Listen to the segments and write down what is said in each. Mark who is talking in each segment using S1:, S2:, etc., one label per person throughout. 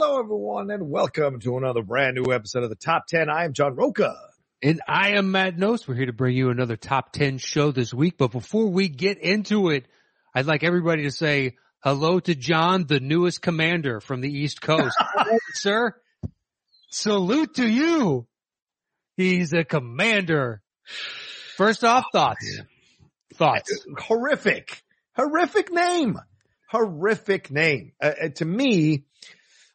S1: Hello, everyone, and welcome to another brand new episode of the Top 10. I am John Roca.
S2: And I am Matt Nose. We're here to bring you another top 10 show this week. But before we get into it, I'd like everybody to say hello to John, the newest commander from the East Coast. Hello, Sir, salute to you. He's a commander. First off, thoughts. Thoughts.
S1: Uh, Horrific, horrific name, horrific name. Uh, uh, to me,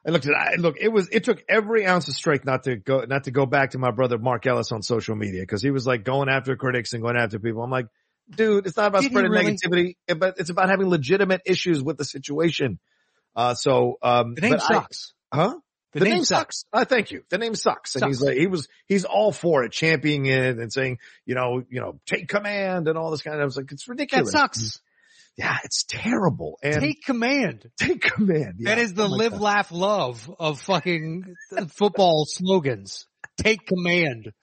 S1: I looked at, I, look, it was, it took every ounce of strength not to go, not to go back to my brother Mark Ellis on social media because he was like going after critics and going after people. I'm like, dude, it's not about
S2: Did he
S1: spreading
S2: really?
S1: negativity, eh, but it's about having legitimate issues with the situation. Uh, so, um,
S2: The name
S1: but I-
S2: sucks.
S1: huh?
S2: The, name, sucks.
S1: Uh, thank you. The name sucks. And he's
S2: Sucks.
S1: like, he was, he's all for it, championing it and saying, you know, you know, take command and all this kind of, I was like, it's
S2: That
S1: ridiculous.
S2: sucks.
S1: Yeah, it's terrible. And take,
S2: Take command.
S1: command. Yeah.
S2: that is the
S1: Oh my
S2: live,
S1: God.
S2: laugh, love of fucking football slogans. Take command.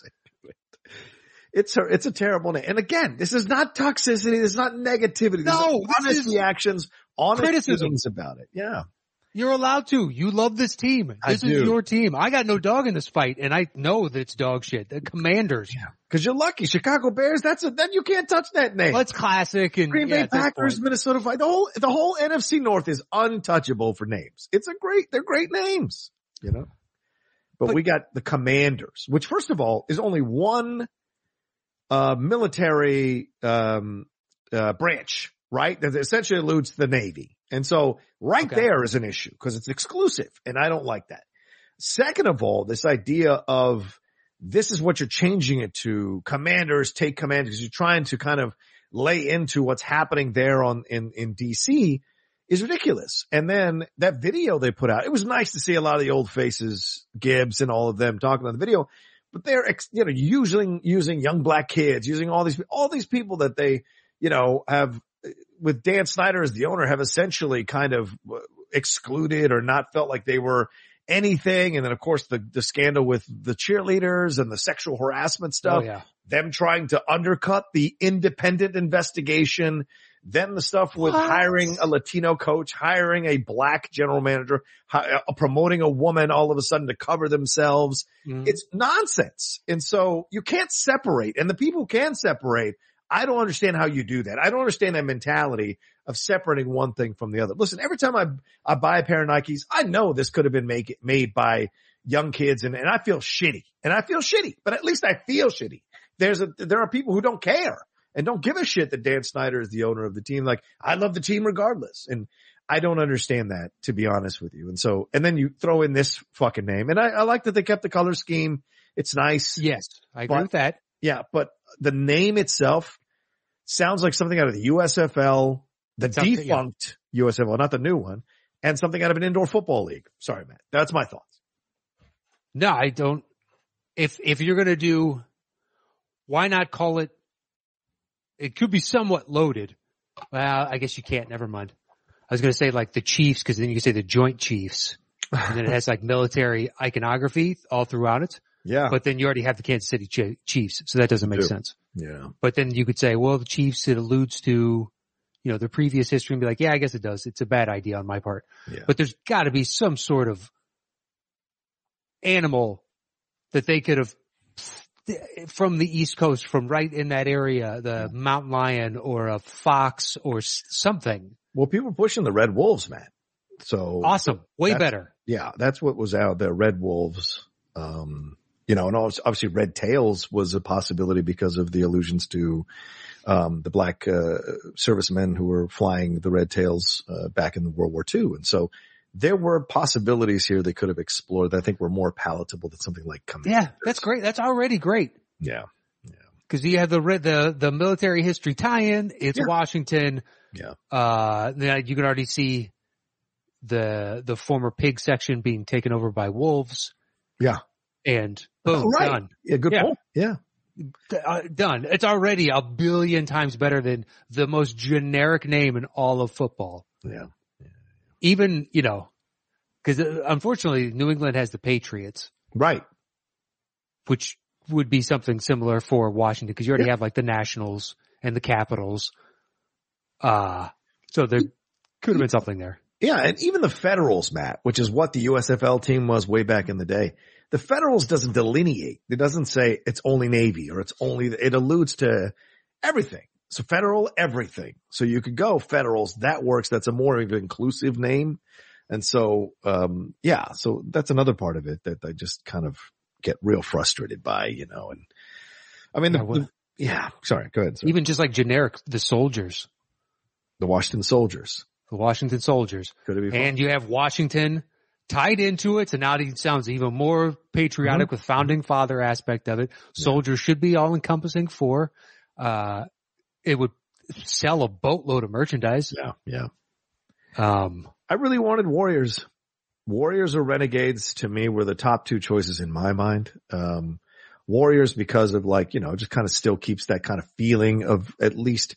S1: It's a, it's a terrible name. And again, this is not toxicity. This is not negativity. This
S2: No,
S1: is
S2: this
S1: honest
S2: is
S1: reactions, honest
S2: criticism.
S1: feelings about it. Yeah.
S2: You're allowed to. You love this team. This
S1: I
S2: is
S1: do.
S2: your team. I got no dog in this fight, and I know that it's dog shit. The Commanders.
S1: Cause you're lucky. Chicago Bears, that's a, that you can't touch that name.
S2: Well, it's classic. And
S1: Green
S2: yeah,
S1: Bay
S2: at this
S1: Packers,
S2: point.
S1: Minnesota. Vi- The whole the whole NFC North is untouchable for names. It's a great. They're great names, you know. But,
S2: But-
S1: we got the Commanders, which first of all is only one uh, military um, uh, branch, right? That essentially alludes to the Navy, and so right
S2: Okay.
S1: there is an issue because it's exclusive, and I don't like that. Second of all, this idea of this is what you're changing it to. Commanders take command because you're trying to kind of lay into what's happening there on in in DC is ridiculous. And then that video they put out, it was nice to see a lot of the old faces, Gibbs and all of them talking on the video, but they're ex, you know using using young black kids, using all these all these people that they you know have with Dan Snyder as the owner have essentially kind of uh, excluded or not felt like they were anything. And then of course the, the scandal with the cheerleaders and the sexual harassment stuff,
S2: Oh, yeah.
S1: them trying to undercut the independent investigation, then the stuff with
S2: What?
S1: hiring a Latino coach, hiring a black general manager, hi- uh, promoting a woman all of a sudden to cover themselves.
S2: Mm.
S1: It's nonsense. And so you can't separate and the people who can separate. I don't understand how you do that. I don't understand that mentality of separating one thing from the other. Listen, every time I, I buy a pair of Nikes, I know this could have been make, made by young kids and, and I feel shitty and I feel shitty, but at least I feel shitty. There's a, there are people who don't care and don't give a shit that Dan Snyder is the owner of the team. Like I love the team regardless. And I don't understand that, to be honest with you. And so, and then you throw in this fucking name. And I, I like that they kept the color scheme. It's nice. Yeah.
S2: yes, I agree
S1: But-
S2: with that.
S1: But the name itself sounds like something out of the USFL, the
S2: Something, yeah.
S1: defunct USFL, not the new one, and something out of an indoor football league. Sorry, Matt. That's my thoughts.
S2: No, I don't. If if you're gonna do, why not call it? It could be somewhat loaded. Well, I guess you can't. Never mind. I was gonna say like the Chiefs, because then you can say the Joint Chiefs, and then it has like military iconography all throughout it.
S1: Yeah.
S2: but then you already have the Kansas City Chi- Chiefs, so that doesn't make
S1: Yeah.
S2: sense.
S1: yeah.
S2: But then you could say, well, the Chiefs, it alludes to, you know, their previous history and be like, yeah, I guess it does. It's a bad idea on my part.
S1: Yeah.
S2: But there's gotta be some sort of animal that they could have from the East Coast, from right in that area, the mountain lion or a fox or s- something.
S1: Well, people were pushing the Red Wolves, Matt. So
S2: Awesome. Way
S1: That's-
S2: better.
S1: yeah, that's what was out there. Red Wolves. Um, you know, and obvi- obviously Red Tails was a possibility because of the allusions to, um, the black, uh, servicemen who were flying the Red Tails, uh, back in World War II. And so there were possibilities here they could have explored that I think were more palatable than something like Command.
S2: Yeah. That's great. That's already great.
S1: Yeah.
S2: because you have the re- the the military history tie-in. It's
S1: Yeah.
S2: Washington.
S1: Yeah.
S2: Uh, now you can already see the the former pig section being taken over by wolves.
S1: Yeah.
S2: And boom,
S1: Oh, right.
S2: done,
S1: Yeah, good
S2: Yeah.
S1: point. Yeah.
S2: D- uh, done. It's already a billion times better than the most generic name in all of football.
S1: Yeah.
S2: Even you know, because unfortunately, New England has the Patriots,
S1: Right.
S2: which would be something similar for Washington because you already have like the Nationals and the Capitals. Uh, so there could have been something there.
S1: Yeah, and even the Federals, Matt, which is what the USFL team was way back in the day. The Federals doesn't delineate. It doesn't say it's only Navy or it's only, it alludes to everything. So federal, everything. So you could go Federals. That works. That's a more of an inclusive name. And so, um, yeah, so that's another part of it that I just kind of get real frustrated by, you know, and I mean, the,
S2: Yeah,
S1: yeah,
S2: what-
S1: sorry, go ahead. Sir.
S2: Even just like generic, the soldiers,
S1: the Washington Soldiers.
S2: the Washington soldiers.
S1: Could it be? fun?
S2: And you have Washington tied into it, so now it sounds even more patriotic with founding father aspect of it. Soldiers should be all encompassing for, uh, it would sell a boatload of merchandise.
S1: yeah, yeah.
S2: Um,
S1: I really wanted Warriors. Warriors or Renegades to me were the top two choices in my mind. Um, Warriors because of like, you know, just kind of still keeps that kind of feeling of at least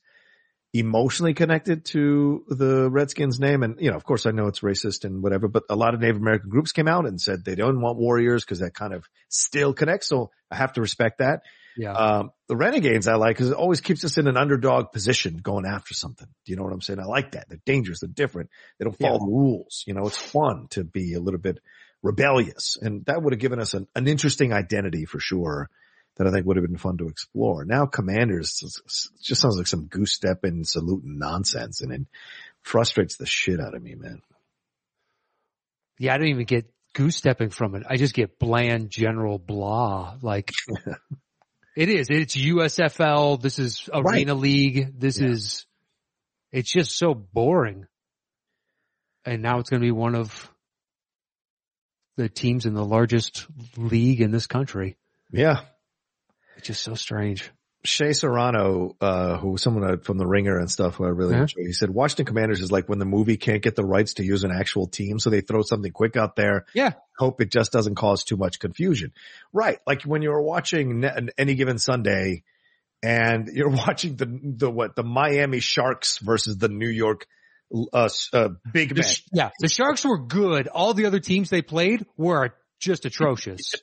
S1: emotionally connected to the Redskins name. And, you know, of course I know it's racist and whatever, but a lot of Native American groups came out and said they don't want Warriors because that kind of still connects. So I have to respect that.
S2: yeah.
S1: Um, the Renegades I like because it always keeps us in an underdog position going after something. Do you know what I'm saying? I like that. They're dangerous. They're different. They don't follow
S2: Yeah.
S1: the rules. You know, it's fun to be a little bit rebellious and that would have given us an, an interesting identity for sure that I think would have been fun to explore. Now commanders s- s- just sounds like some goose step and saluting nonsense and it frustrates the shit out of me, man.
S2: Yeah, I don't even get goose stepping from it. I just get bland general blah. Like it is. It's USFL. This is Arena League. This
S1: Yeah.
S2: is it's just so boring. And now it's gonna be one of the teams in the largest league in this country.
S1: Yeah.
S2: It's just so strange.
S1: Shay Serrano, uh, who was someone uh, from the Ringer and stuff, who I really
S2: Yeah.
S1: enjoy, he said Washington Commanders is like when the movie can't get the rights to use an actual team, so they throw something quick out there.
S2: Yeah.
S1: hope it just doesn't cause too much confusion. Right, like when you're watching ne- an- any given Sunday, and you're watching the the what the Miami Sharks versus the New York uh, s- uh Big
S2: The
S1: Ben.
S2: sh- yeah. The Sharks were good. All the other teams they played were just atrocious.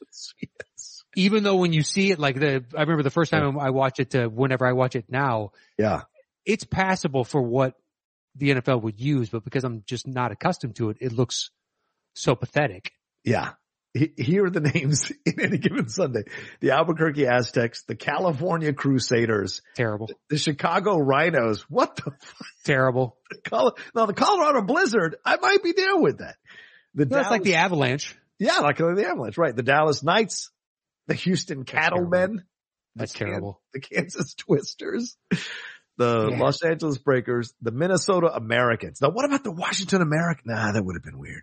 S2: Even though when you see it like the I remember the first time I watched it to whenever I watch it now,
S1: yeah,
S2: it's passable for what the NFL would use, but because I'm just not accustomed to it, it looks so pathetic.
S1: Yeah. He- Here are the names in any given Sunday. The Albuquerque Aztecs, the California Crusaders,
S2: Terrible,
S1: the Chicago Rhinos. What the
S2: terrible.
S1: Col- now the Colorado Blizzard, I might be there with that. The
S2: That's like the Avalanche.
S1: yeah, like the ambulance, right? The Dallas Knights, the Houston
S2: terrible.
S1: Cattlemen,
S2: That's
S1: the Kan-
S2: terrible.
S1: the Kansas Twisters, the
S2: Yeah.
S1: Los Angeles Breakers, the Minnesota Americans. Now, what about the Washington Americans? Nah, that would have been weird.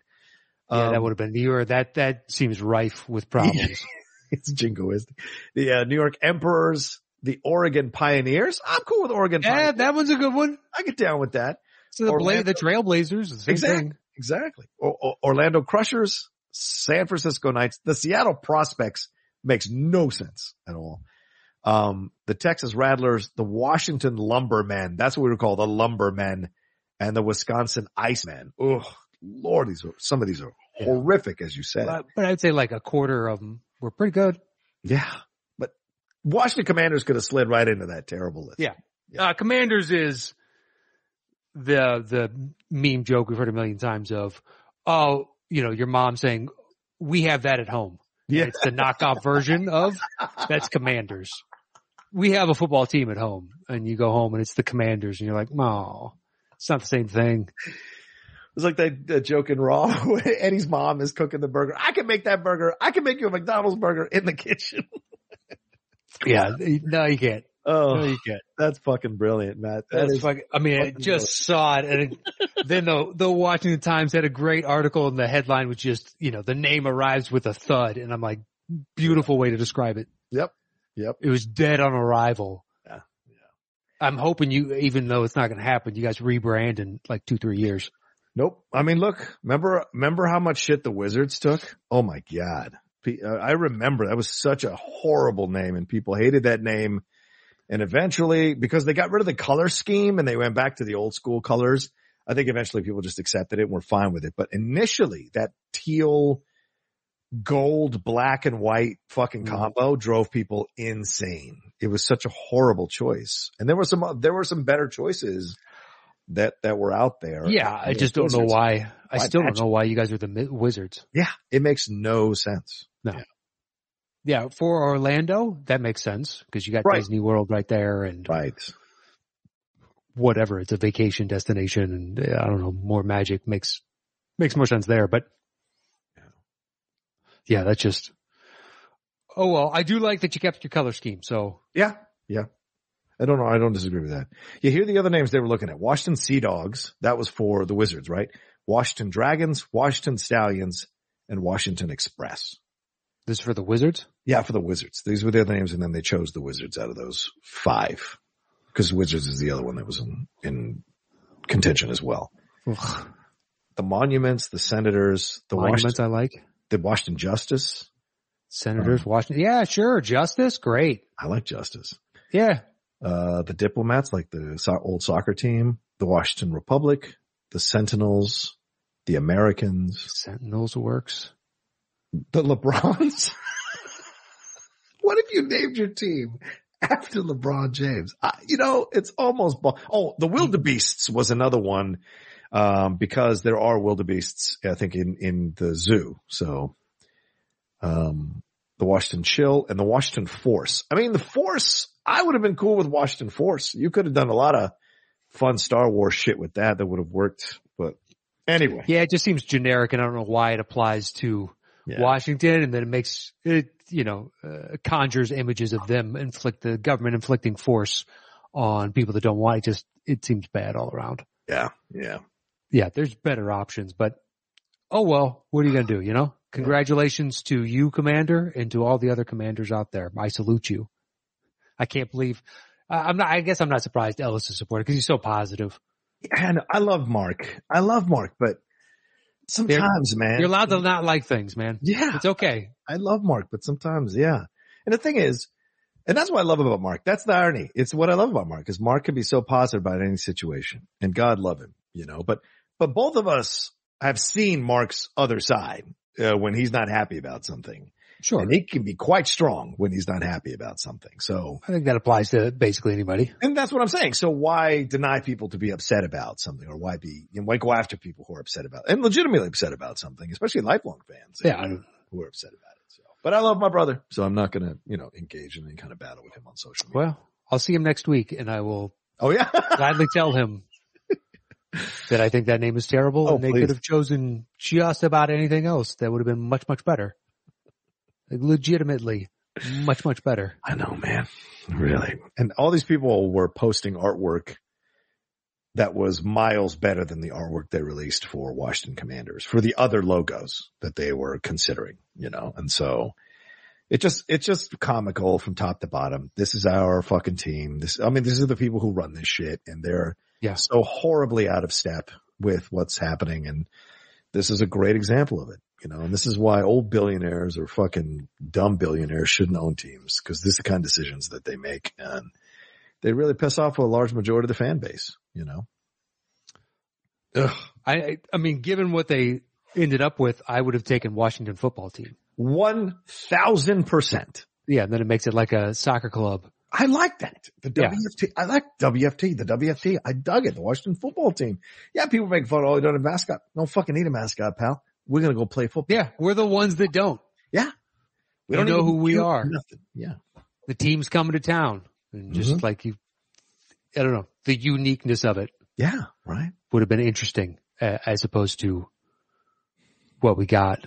S2: yeah, that
S1: Um,
S2: would have been you. Or that that seems rife with problems.
S1: It's jingoistic. The uh, New York Emperors, the Oregon Pioneers. I'm cool with Oregon.
S2: yeah,
S1: Pioneers.
S2: that one's a good one.
S1: I get down with that.
S2: So the Bla-
S1: Orlando.
S2: the Trailblazers, the same
S1: Exact-
S2: thing.
S1: Exactly. O- O- Orlando Crushers, San Francisco Knights, the Seattle Prospects makes no sense at all. Um, the Texas Rattlers, the Washington Lumbermen, that's what we were called, the Lumbermen, and the Wisconsin Iceman. Oh, Lord, these are, some of these are horrific, as you said.
S2: But, but I'd say like a quarter of them were pretty good.
S1: yeah. But Washington Commanders could have slid right into that terrible list.
S2: Yeah. Uh, Commanders is the the meme joke we've heard a million times of, oh, you know, your mom saying, "We have that at home."
S1: Yeah.
S2: It's the knockoff version of that's Commanders. We have a football team at home, and you go home and it's the Commanders, and you're like, "Oh, it's not the same thing."
S1: It's like that, that joke in Raw where Eddie's mom is cooking the burger. I can make that burger. I can make you a McDonald's burger in the kitchen.
S2: Yeah, no, you can't. No,
S1: Oh,
S2: you can't.
S1: that's fucking brilliant, Matt. That
S2: That's
S1: is,
S2: fucking, I mean, I
S1: fucking
S2: just saw it, and it, then the the Washington Times had a great article, and the headline was just, you know, the name arrives with a thud, and I'm like, beautiful way to describe it.
S1: yep. Yep.
S2: It was dead on arrival.
S1: Yeah.
S2: I'm hoping you, even though it's not going to happen, you guys rebrand in like two, three years.
S1: Nope. I mean, look, remember, remember how much shit the Wizards took? Oh my God. P- uh, I remember that was such a horrible name and people hated that name. And eventually, because they got rid of the color scheme and they went back to the old school colors, I think eventually people just accepted it and were fine with it. But initially that teal, gold, black and white fucking
S2: Mhm.
S1: combo drove people insane. It was such a horrible choice. And there were some, uh, there were some better choices that, that were out there.
S2: Yeah. I
S1: And the
S2: just don't know
S1: Wizards-
S2: why. I
S1: Why
S2: still don't
S1: Magic?
S2: know why you guys are the mi- Wizards.
S1: Yeah, it makes no sense.
S2: Yeah. For Orlando, that makes sense because you got
S1: Right.
S2: Disney World right there and
S1: Right.
S2: whatever. It's a vacation destination and uh, I don't know, more magic makes, makes more sense there, but yeah, that's just, oh well, I do like that you kept your color scheme. So
S1: Yeah. Yeah. I don't know. I don't disagree with that. You hear the other names they were looking at. Washington Sea Dogs. That was for the Wizards, right? Washington Dragons, Washington Stallions, and Washington Express.
S2: this is for the Wizards.
S1: Yeah, for the Wizards. These were the other names, and then they chose the Wizards out of those five. Because Wizards is the other one that was in, in contention as well.
S2: Ugh,
S1: The Monuments, the Senators, the
S2: monuments
S1: Washington,
S2: I like.
S1: the Washington Justice.
S2: Senators, Washington. Yeah, sure. Justice. Great.
S1: I like Justice.
S2: Yeah.
S1: uh, the diplomats, like the so- old soccer team, the Washington Republic, the Sentinels, the Americans,
S2: Sentinels works.
S1: the LeBrons. what if you named your team after LeBron James? I, you know, it's almost, bo- oh, the wildebeests was another one, um, because there are wildebeests, I think, in, in the zoo. So, um, the Washington Chill and the Washington Force. I mean, the Force, I would have been cool with Washington Force. You could have done a lot of fun Star Wars shit with that that would have worked, but anyway.
S2: Yeah. It just seems generic and I don't know why it applies to
S1: Yeah.
S2: Washington and then it makes it, you know, uh, conjures images of them inflict the government inflicting force on people that don't want it. Just, it seems bad all around.
S1: Yeah. Yeah.
S2: Yeah. There's better options, but oh well, what are you going to do? You know, congratulations to you, commander, and to all the other commanders out there. I salute you. I can't believe I- I'm not, I guess I'm not surprised Ellis is supported because he's so positive.
S1: and I love Mark. I love Mark, but sometimes, man,
S2: You're allowed to not like things, man.
S1: yeah,
S2: It's okay.
S1: I love Mark, but sometimes, yeah. And the thing is, and that's what I love about Mark. That's the irony. It's what I love about Mark is Mark can be so positive about any situation and God love him, you know, but, but both of us have seen Mark's other side uh, when he's not happy about something
S2: Sure.
S1: and he can be quite strong when he's not happy about something. So
S2: I think that applies to basically anybody.
S1: and that's what I'm saying. So why deny people to be upset about something or why be, you know, why go after people who are upset about and legitimately upset about something, especially lifelong fans
S2: Yeah. I don't-
S1: who are upset about it. So, but I love my brother. So I'm not going to, you know, engage in any kind of battle with him on social media.
S2: Well, I'll see him next week and I will
S1: Oh yeah.
S2: gladly tell him that I think that name is terrible
S1: Oh,
S2: and they
S1: please.
S2: could have chosen just about anything else that would have been much, much better. Like legitimately much, much better.
S1: I know, man. Really. And all these people were posting artwork that was miles better than the artwork they released for Washington Commanders for the other logos that they were considering, you know, and so it just, it's just comical from top to bottom. This is our fucking team. This, I mean, this is the people who run this shit and they're
S2: Yeah.
S1: so horribly out of step with what's happening. And this is a great example of it, you know, and this is why old billionaires or fucking dumb billionaires shouldn't own teams because this is the kind of decisions that they make and they really piss off a large majority of the fan base, you know? Ugh.
S2: I, I- I mean, given what they ended up with, I would have taken Washington football team.
S1: 1000%.
S2: Yeah. And then it makes it like a soccer club.
S1: I like that. The
S2: Yeah.
S1: WFT, I like WFT, the WFT. I dug it. The Washington football team. Yeah, people make fun. Oh, you don't have a mascot. Don't fucking need a mascot, pal. We're going to go play football.
S2: Yeah. We're the ones that don't.
S1: We
S2: You know
S1: even
S2: who we
S1: do
S2: are.
S1: Nothing. Yeah.
S2: The team's coming to town and just
S1: Mm-hmm.
S2: like you, I don't know, the uniqueness of it.
S1: Yeah. Right.
S2: would have been interesting uh, as opposed to what we got.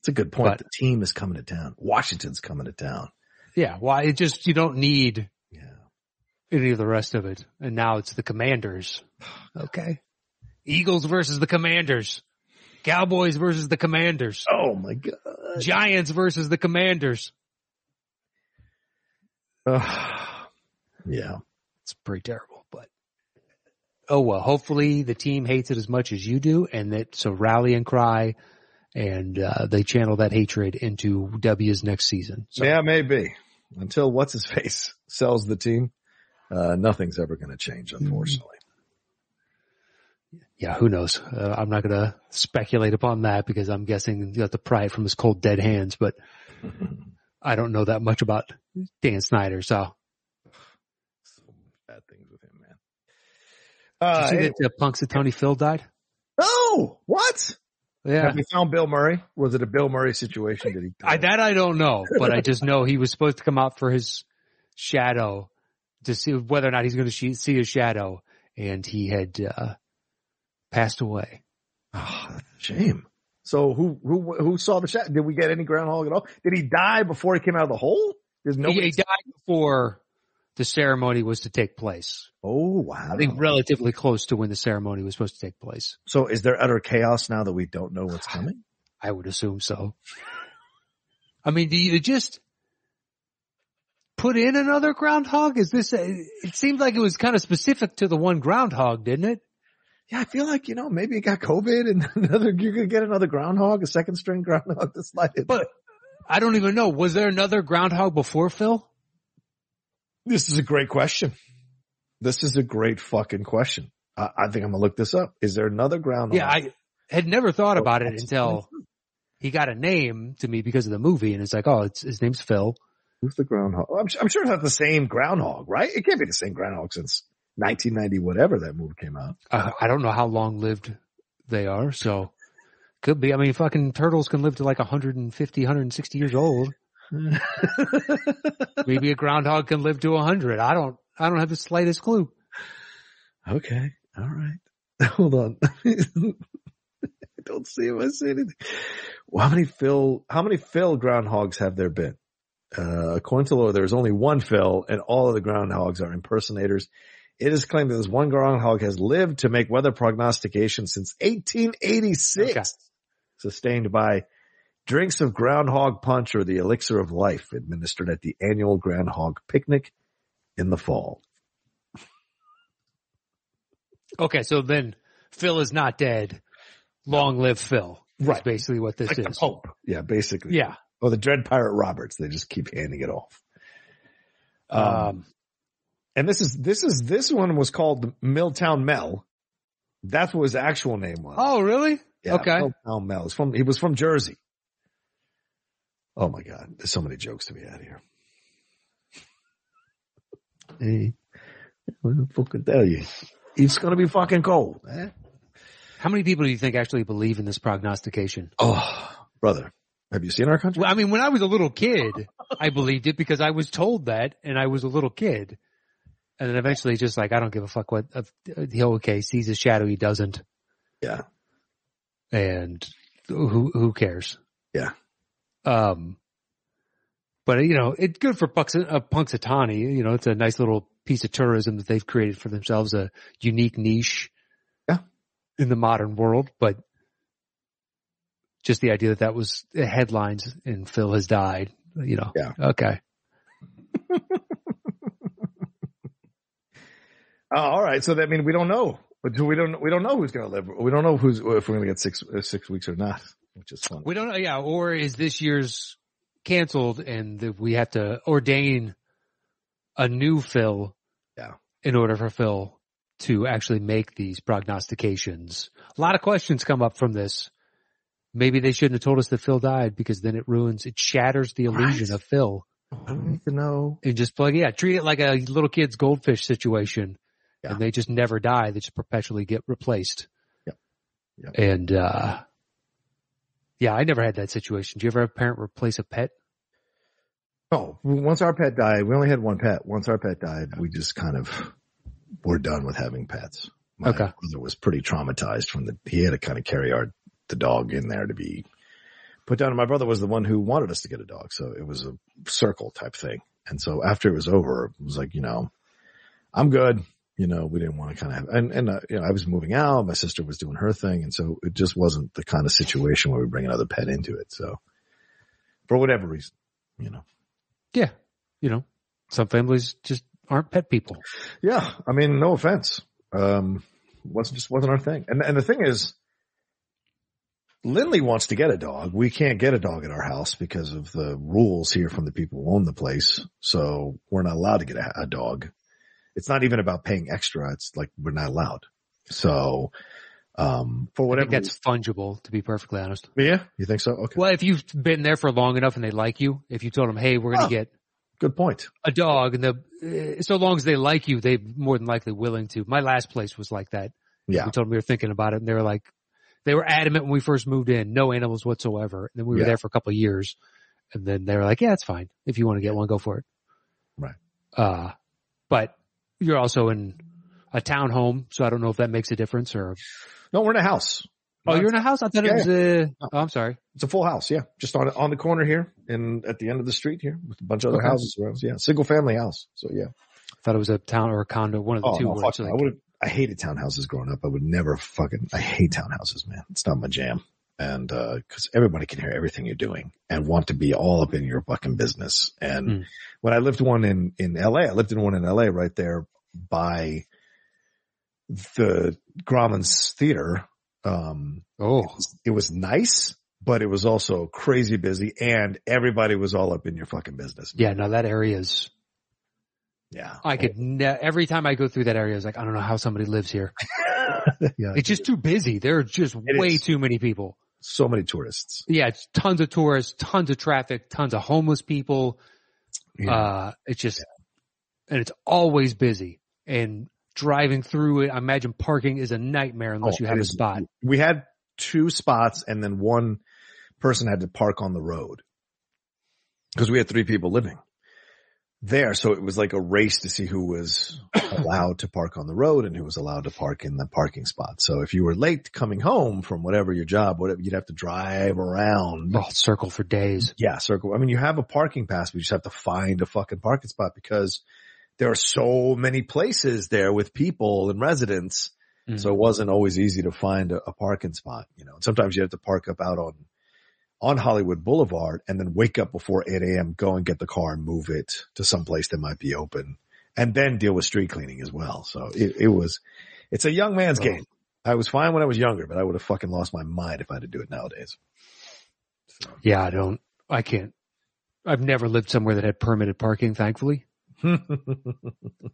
S1: It's a good
S2: But-
S1: point. the team is coming to town. Washington's coming to town.
S2: Yeah. Why it just, you don't need
S1: Yeah.
S2: any of the rest of it. And now it's the commanders. Okay. Eagles versus the commanders. Cowboys versus the commanders.
S1: Oh my God.
S2: Giants versus the commanders.
S1: Ugh. yeah.
S2: It's pretty terrible, but oh well. Hopefully the team hates it as much as you do, and that so rally and cry, and uh, they channel that hatred into W's next season. So,
S1: Yeah, maybe. Until what's his face sells the team, uh, nothing's ever going to change,
S2: Mm.
S1: unfortunately.
S2: yeah, who knows? Uh, I'm not going to speculate upon that because I'm guessing you have to pry it from his cold dead hands. But I don't know that much about Dan Snyder, so
S1: So bad things with him, man.
S2: Did
S1: Uh,
S2: you see that uh, Punxsutawney Phil died?
S1: Oh, what?
S2: Yeah.
S1: Have we found Bill Murray? Was it a Bill Murray situation? Did he?
S2: I, that I don't know, but I just know he was supposed to come out for his shadow to see whether or not he's going to see, see his shadow, and he had uh, passed away.
S1: Ah, shame. So who who who saw the shot? Did we get any groundhog at all? Did he die before he came out of the hole? There's no.
S2: he, he died before the ceremony was to take place.
S1: Oh wow!
S2: I think relatively close to when the ceremony was supposed to take place.
S1: So is there utter chaos now that we don't know what's coming?
S2: I would assume so. I mean, do you just put in another groundhog? Is this? A, it seemed like it was kind of specific to the one groundhog, didn't it?
S1: Yeah, I feel like you know maybe it got COVID and another you could get another groundhog, a second string groundhog to slide in.
S2: But- I don't even know. Was there another groundhog before Phil?
S1: this is a great question. This is a great fucking question. I, I think I'm gonna look this up. Is there another groundhog?
S2: Yeah, I had never thought about it until he got a name to me because of the movie, and it's like, oh, it's, his name's Phil.
S1: Who's the groundhog? I'm, su- I'm sure it's not the same groundhog, right? It can't be the same groundhog since 1990, whatever that movie came out.
S2: Uh, I don't know how long lived they are, so could be. I mean, fucking turtles can live to like 150, 160 years old. Maybe a groundhog can live to 100. I don't. I don't have the slightest clue.
S1: okay. All right. Hold on. I don't see if I see anything. Well, how many Phil, how many Phil groundhogs have there been? Uh, according to lore, there is only one Phil and all of the groundhogs are impersonators. It is claimed that this one groundhog has lived to make weather prognostication since 1886,
S2: Okay.
S1: sustained by drinks of groundhog punch or the elixir of life administered at the annual groundhog picnic in the fall.
S2: Okay, so then Phil is not dead. Long live Phil. is
S1: Right.
S2: basically what this is.
S1: Pope. Yeah, basically.
S2: Yeah.
S1: Oh, the Dread Pirate Roberts. They just keep handing it off. Um,
S2: Um,
S1: and this is this is this one was called Milltown Mel. That's what his actual name was.
S2: oh, really?
S1: Yeah,
S2: okay.
S1: Milltown Mel. It's from he was from Jersey. Oh my God, there's so many jokes to be had here. Hey, what the fuck can tell you? It's gonna be fucking cold. Eh?
S2: How many people do you think actually believe in this prognostication?
S1: Oh, brother, have you seen our country?
S2: Well, I mean, when I was a little kid, I believed it because I was told that and I was a little kid. And then eventually just like, I don't give a fuck what, uh, he, okay, sees a shadow, he doesn't.
S1: Yeah.
S2: And who, who cares?
S1: Yeah.
S2: Um, but you know, it's good for Punx, uh, Punxsutawney. You know, it's a nice little piece of tourism that they've created for themselves, a unique niche.
S1: Yeah.
S2: In the modern world, but just the idea that that was uh, headlines and Phil has died, you know.
S1: Yeah.
S2: Okay.
S1: Oh, all right. So that I mean we don't know. But We don't we don't know who's going to live. We don't know who's if we're going to get six uh, six weeks or not, which is fun.
S2: We don't know. Yeah. Or is this year's canceled and that we have to ordain a new Phil
S1: Yeah.
S2: in order for Phil to actually make these prognostications? A lot of questions come up from this. Maybe they shouldn't have told us that Phil died because then it ruins, it shatters the illusion
S1: Right.
S2: of Phil
S1: I don't need to know.
S2: and just plug, yeah, treat it like a little kid's goldfish situation
S1: Yeah.
S2: and they just never die. They just perpetually get replaced.
S1: Yep. Yep.
S2: And, uh, yeah, I never had that situation. Do you ever have a parent replace a pet?
S1: Oh, once our pet died, we only had one pet. Once our pet died, we just kind of were done with having pets. My
S2: Okay.
S1: brother was pretty traumatized from the. He had to kind of carry our the dog in there to be put down. And my brother was the one who wanted us to get a dog, so it was a circle type thing. And so after it was over, it was like you know, I'm good. You know, we didn't want to kind of have, and, and, uh, you know, I was moving out. My sister was doing her thing. And so it just wasn't the kind of situation where we bring another pet into it. So for whatever reason, you know.
S2: Yeah. You know, Some families just aren't pet people.
S1: Yeah, I mean, no offense. Um, wasn't just wasn't our thing. And and the thing is, Lindley wants to get a dog. We can't get a dog at our house because of the rules here from the people who own the place. So we're not allowed to get a, a dog. It's not even about paying extra. It's like we're not allowed. So, um, for
S2: I
S1: whatever.
S2: think that's fungible, to be perfectly honest.
S1: yeah, you think so? Okay.
S2: Well, if you've been there for long enough and they like you, if you told them, hey, we're going to
S1: Oh.
S2: get
S1: Good point.
S2: a dog and the, uh, so long as they like you, they're more than likely willing to. My last place was like that.
S1: Yeah.
S2: We told them we were thinking about it and they were like, they were adamant when we first moved in, no animals whatsoever. And then we were
S1: Yeah.
S2: there for a couple of years and then they were like, yeah, it's fine. If you want to get one, go for it.
S1: Right.
S2: Uh, but you're also in a townhome. So I don't know if that makes a difference or,
S1: No, we're in a house.
S2: oh,
S1: Not-
S2: you're in a house. I thought
S1: Yeah,
S2: it was a, oh, I'm sorry.
S1: It's a full house, yeah. Just on on the corner here and at the end of the street here with a bunch of other
S2: Okay.
S1: houses around. Yeah, single family house. So yeah.
S2: I thought it was a town or a condo, one of the
S1: Oh,
S2: two.
S1: no,
S2: where
S1: fuck
S2: it's
S1: no.
S2: like-
S1: I would I hated townhouses growing up. I would never fucking I hate townhouses, man. It's not my jam. And uh 'cause cuz everybody can hear everything you're doing and want to be all up in your fucking business. And
S2: Mm.
S1: when I lived one in in LA, I lived in one in LA right there by the Grauman's Theater. Um
S2: oh,
S1: it was nice, but it was also crazy busy and everybody was all up in your fucking business.
S2: yeah. No, that area is,
S1: Yeah.
S2: I could ne- every time I go through that area, I was like, I don't know how somebody lives here.
S1: yeah.
S2: It's just too busy. There are just
S1: It
S2: way
S1: is.
S2: too many people.
S1: So many tourists.
S2: Yeah, it's tons of tourists, tons of traffic, tons of homeless people.
S1: Yeah.
S2: Uh, it's just, and it's always busy. And driving through it, I imagine parking is a nightmare unless
S1: Oh,
S2: you
S1: it
S2: have a
S1: is-
S2: spot.
S1: we had two spots and then one person had to park on the road because we had three people living there. So it was like a race to see who was allowed to park on the road and who was allowed to park in the parking spot. So if you were late coming home from whatever your job, whatever, you'd have to drive around.
S2: Oh, circle for days.
S1: Yeah, circle. I mean, you have a parking pass, but you just have to find a fucking parking spot because there are so many places there with people and residents.
S2: Mm.
S1: So it wasn't always easy to find a, a parking spot, you know, and sometimes you have to park up out on, on Hollywood Boulevard and then wake up before 8 a.m., go and get the car and move it to some place that might be open and then deal with street cleaning as well. So it, it was, it's a young man's
S2: Oh.
S1: game. I was fine when I was younger, but I would have fucking lost my mind if I had to do it nowadays. So,
S2: Yeah, I don't, I can't. I've never lived somewhere that had permitted parking, thankfully,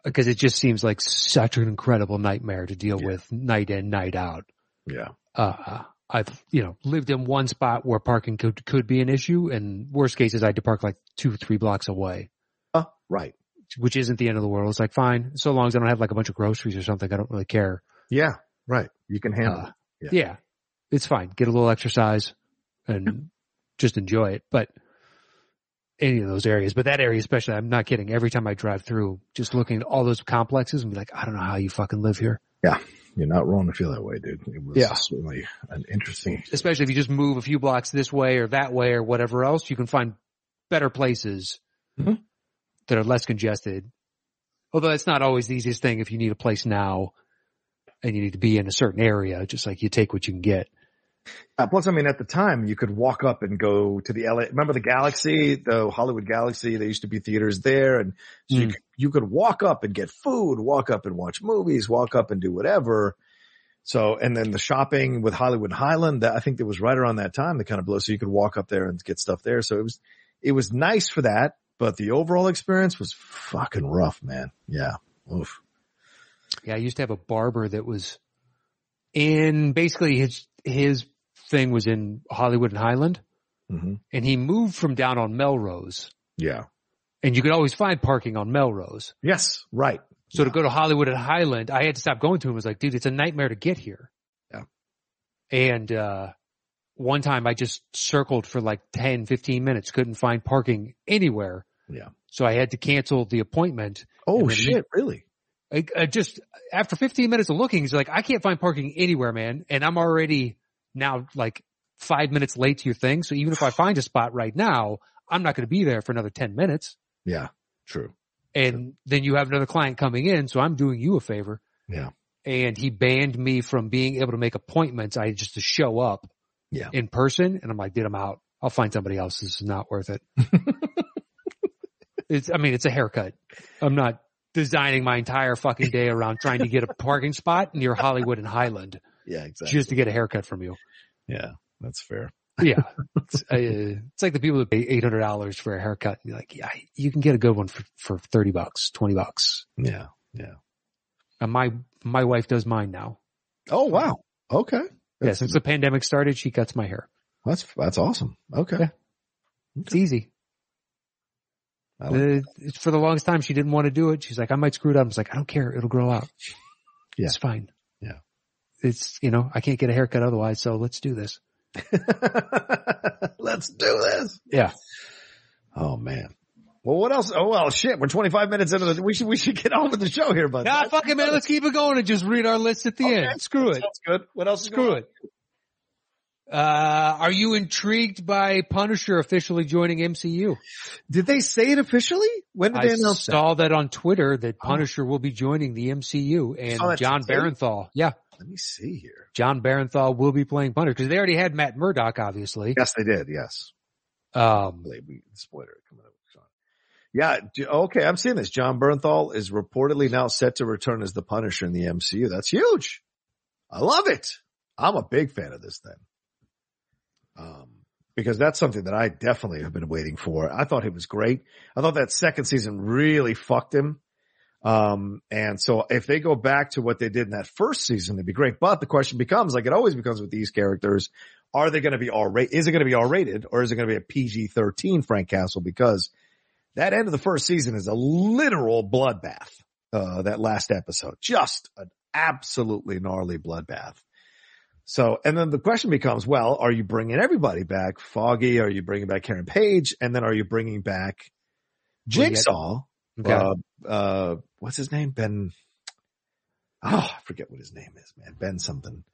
S2: because it just seems like such an incredible nightmare to deal
S1: Yeah.
S2: with night in, night out.
S1: yeah.
S2: uh, I've, you know, lived in one spot where parking could, could be an issue. And worst case is I had to park like two, three blocks away,
S1: Uh, right.
S2: which isn't the end of the world. It's like, fine. So long as I don't have like a bunch of groceries or something, I don't really care.
S1: Yeah, right. You can handle
S2: Uh,
S1: it. Yeah.
S2: yeah. it's fine. Get a little exercise and just enjoy it. But any of those areas, but that area especially, I'm not kidding. Every time I drive through, just looking at all those complexes and be like, I don't know how you fucking live here,
S1: You're not wrong to feel that way, dude. It was
S2: Yeah.
S1: certainly an interesting.
S2: especially if you just move a few blocks this way or that way or whatever else, you can find better places Mm-hmm.
S1: Mhm.
S2: that are less congested. Although it's not always the easiest thing if you need a place now and you need to be in a certain area, just like you take what you can get.
S1: Uh, plus, I mean, at the time, you could walk up and go to the LA. Remember the Galaxy, the Hollywood Galaxy? There used to be theaters there, and so you,
S2: Mm.
S1: could, you could walk up and get food, walk up and watch movies, walk up and do whatever. So, and then the shopping with Hollywood Highland, that I think that was right around that time that kind of blew. So you could walk up there and get stuff there. So it was, it was nice for that, but the overall experience was fucking rough, man. Yeah. Oof.
S2: Yeah, I used to have a barber that was in basically his his thing was in Hollywood and Highland,
S1: hmm
S2: and he moved from down on Melrose,
S1: Yeah.
S2: and you could always find parking on Melrose.
S1: Yes. Right.
S2: So to go to Hollywood and Highland, I had to stop going to him. I was like, dude, it's a nightmare to get here.
S1: Yeah.
S2: And, uh, one time I just circled for like 10, 15 minutes, couldn't find parking anywhere.
S1: Yeah.
S2: So I had to cancel the appointment.
S1: Oh
S2: And then
S1: shit! Really?
S2: I, I uh, just after 15 minutes of looking, he's like, I can't find parking anywhere, man. And I'm already now like five minutes late to your thing. So even if I find a spot right now, I'm not going to be there for another 10 minutes.
S1: Yeah. True.
S2: And then you have another client coming in. So I'm doing you a favor
S1: Yeah.
S2: and he banned me from being able to make appointments. I had just to show up
S1: Yeah.
S2: in person. And I'm like, dude, I'm out. I'll find somebody else. This is not worth it. It's, I mean, it's a haircut. I'm not designing my entire fucking day around trying to get a parking spot near Hollywood and Highland
S1: Yeah, exactly.
S2: just to get a haircut from you.
S1: yeah, that's fair.
S2: Yeah. It's, uh, it's like the people that pay $800 for a haircut. You're like, yeah, you can get a good one for, for 30 bucks, 20 bucks.
S1: Yeah.
S2: And my, my wife does mine now.
S1: Oh wow. Okay.
S2: Yeah. Since the pandemic started, she cuts my hair.
S1: That's that's awesome. Okay.
S2: Yeah. It's easy.
S1: I like
S2: Uh, it's for the longest time, she didn't want to do it. She's like, I might screw it up. I was like, I don't care. It'll grow out.
S1: Yeah.
S2: It's fine.
S1: Yeah.
S2: It's, you know, I can't get a haircut otherwise. So let's do this.
S1: Let's do this.
S2: Yeah.
S1: Oh man. Well, what else? Oh well, shit. We're 25 minutes into the. We should we should get on with the show here, bud.
S2: Nah, fuck it, man. Let's keep it going and just read our list at the
S1: Okay.
S2: end. Screw it.
S1: That's good. What else? is
S2: Screw
S1: going
S2: it. Uh, are you intrigued by Punisher officially joining MCU?
S1: on? Did they say it officially? When did
S2: I
S1: they announce that?
S2: saw that on Twitter that Punisher will be joining the MCU
S1: Saw
S2: and
S1: that
S2: John
S1: today?
S2: Barenthal. Yeah.
S1: Let me see here.
S2: John Barenthal will be playing Punisher because they already had Matt Murdock, obviously.
S1: Yes, they did. Yes.
S2: Um,
S1: Really, we- spoiler coming up. Sean. Yeah. d- Okay. I'm seeing this. John Bernthal is reportedly now set to return as the Punisher in the MCU. That's huge. I love it. I'm a big fan of this thing. Um, because that's something that I definitely have been waiting for. I thought he was great. I thought that second season really fucked him. Um, and so if they go back to what they did in that first season, it'd be great. But the question becomes, like it always becomes with these characters, are they going to be R rated? Is it going to be R rated or is it going to be a PG 13 Frank Castle? Because that end of the first season is a literal bloodbath. Uh, that last episode, just an absolutely gnarly bloodbath. So, and then the question becomes, well, are you bringing everybody back? Foggy, are you bringing back Karen Page? And then are you bringing back
S2: Well, yet-
S1: Jigsaw?
S2: okay.
S1: Uh, uh, what's his name? Ben. Oh, I forget what his name is, man. Ben something.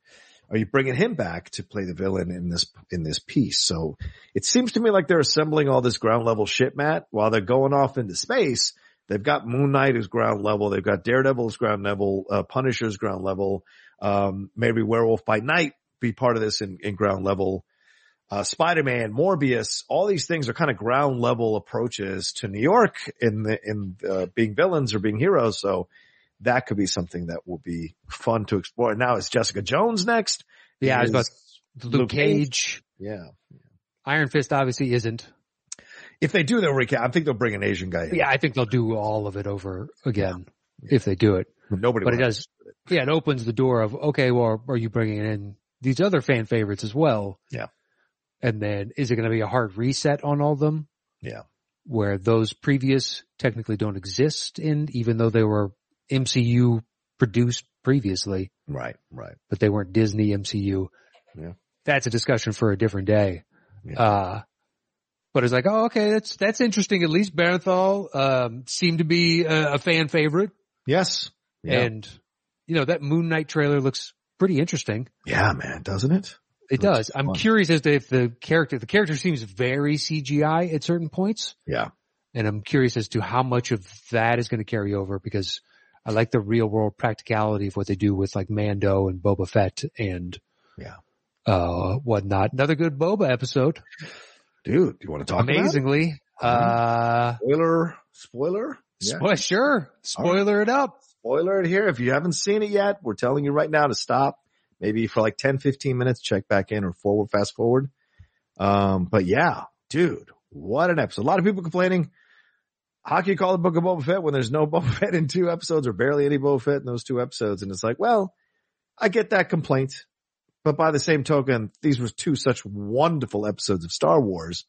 S1: Are you bringing him back to play the villain in this in this piece? So it seems to me like they're assembling all this ground level shit, Matt. While they're going off into space, they've got Moon Knight as ground level. They've got Daredevil as ground level. Uh, Punisher as ground level. Um, maybe Werewolf by Night be part of this in, in ground level. Uh, Spider-Man, Morbius, all these things are kind of ground level approaches to New York in the, in uh, being villains or being heroes. So that could be something that will be fun to explore. Now it's Jessica Jones next.
S2: yeah, I was about
S1: Is-
S2: Luke
S1: Luke
S2: Cage.
S1: yeah.
S2: Iron Fist obviously isn't.
S1: If they do, they'll recap. I think they'll bring an Asian guy in.
S2: Yeah, I think they'll do all of it over again if they do it.
S1: Nobody,
S2: But it
S1: wants-
S2: does. Yeah, it opens the door of okay. Well, are you bringing in these other fan favorites as well?
S1: Yeah.
S2: And then is it going to be a hard reset on all of them?
S1: Yeah.
S2: Where those previous technically don't exist in, even though they were MCU produced previously,
S1: Right. Right.
S2: but they weren't Disney MCU.
S1: Yeah.
S2: That's a discussion for a different day.
S1: Yeah.
S2: Uh, but it's like, oh, okay, that's, that's interesting. At least Barenthal, um, seemed to be a, a fan favorite.
S1: Yes. Yeah.
S2: And you know, that Moon Knight trailer looks pretty interesting.
S1: yeah, man. Doesn't it?
S2: It
S1: Looks
S2: does. I'm
S1: fun.
S2: curious as to if the character, the character seems very CGI at certain points.
S1: Yeah.
S2: And I'm curious as to how much of that is going to carry over because I like the real world practicality of what they do with like Mando and Boba Fett and
S1: Yeah.
S2: uh, whatnot. Another good Boba episode.
S1: Dude, do you want to talk about it?
S2: Amazingly. Uh,
S1: Spoiler. Spoiler. Yeah.
S2: spo- sure. Spoiler it up.
S1: spoiler it here. If you haven't seen it yet, we're telling you right now to stop. Maybe for like 10, 15 minutes, check back in or forward, fast forward. Um, but yeah, dude, what an episode. A lot of people complaining. How can you call the book of Boba Fett when there's no Boba Fett in two episodes or barely any Boba Fett in those two episodes? And it's like, well, I get that complaint, but by the same token, these were two such wonderful episodes of Star Wars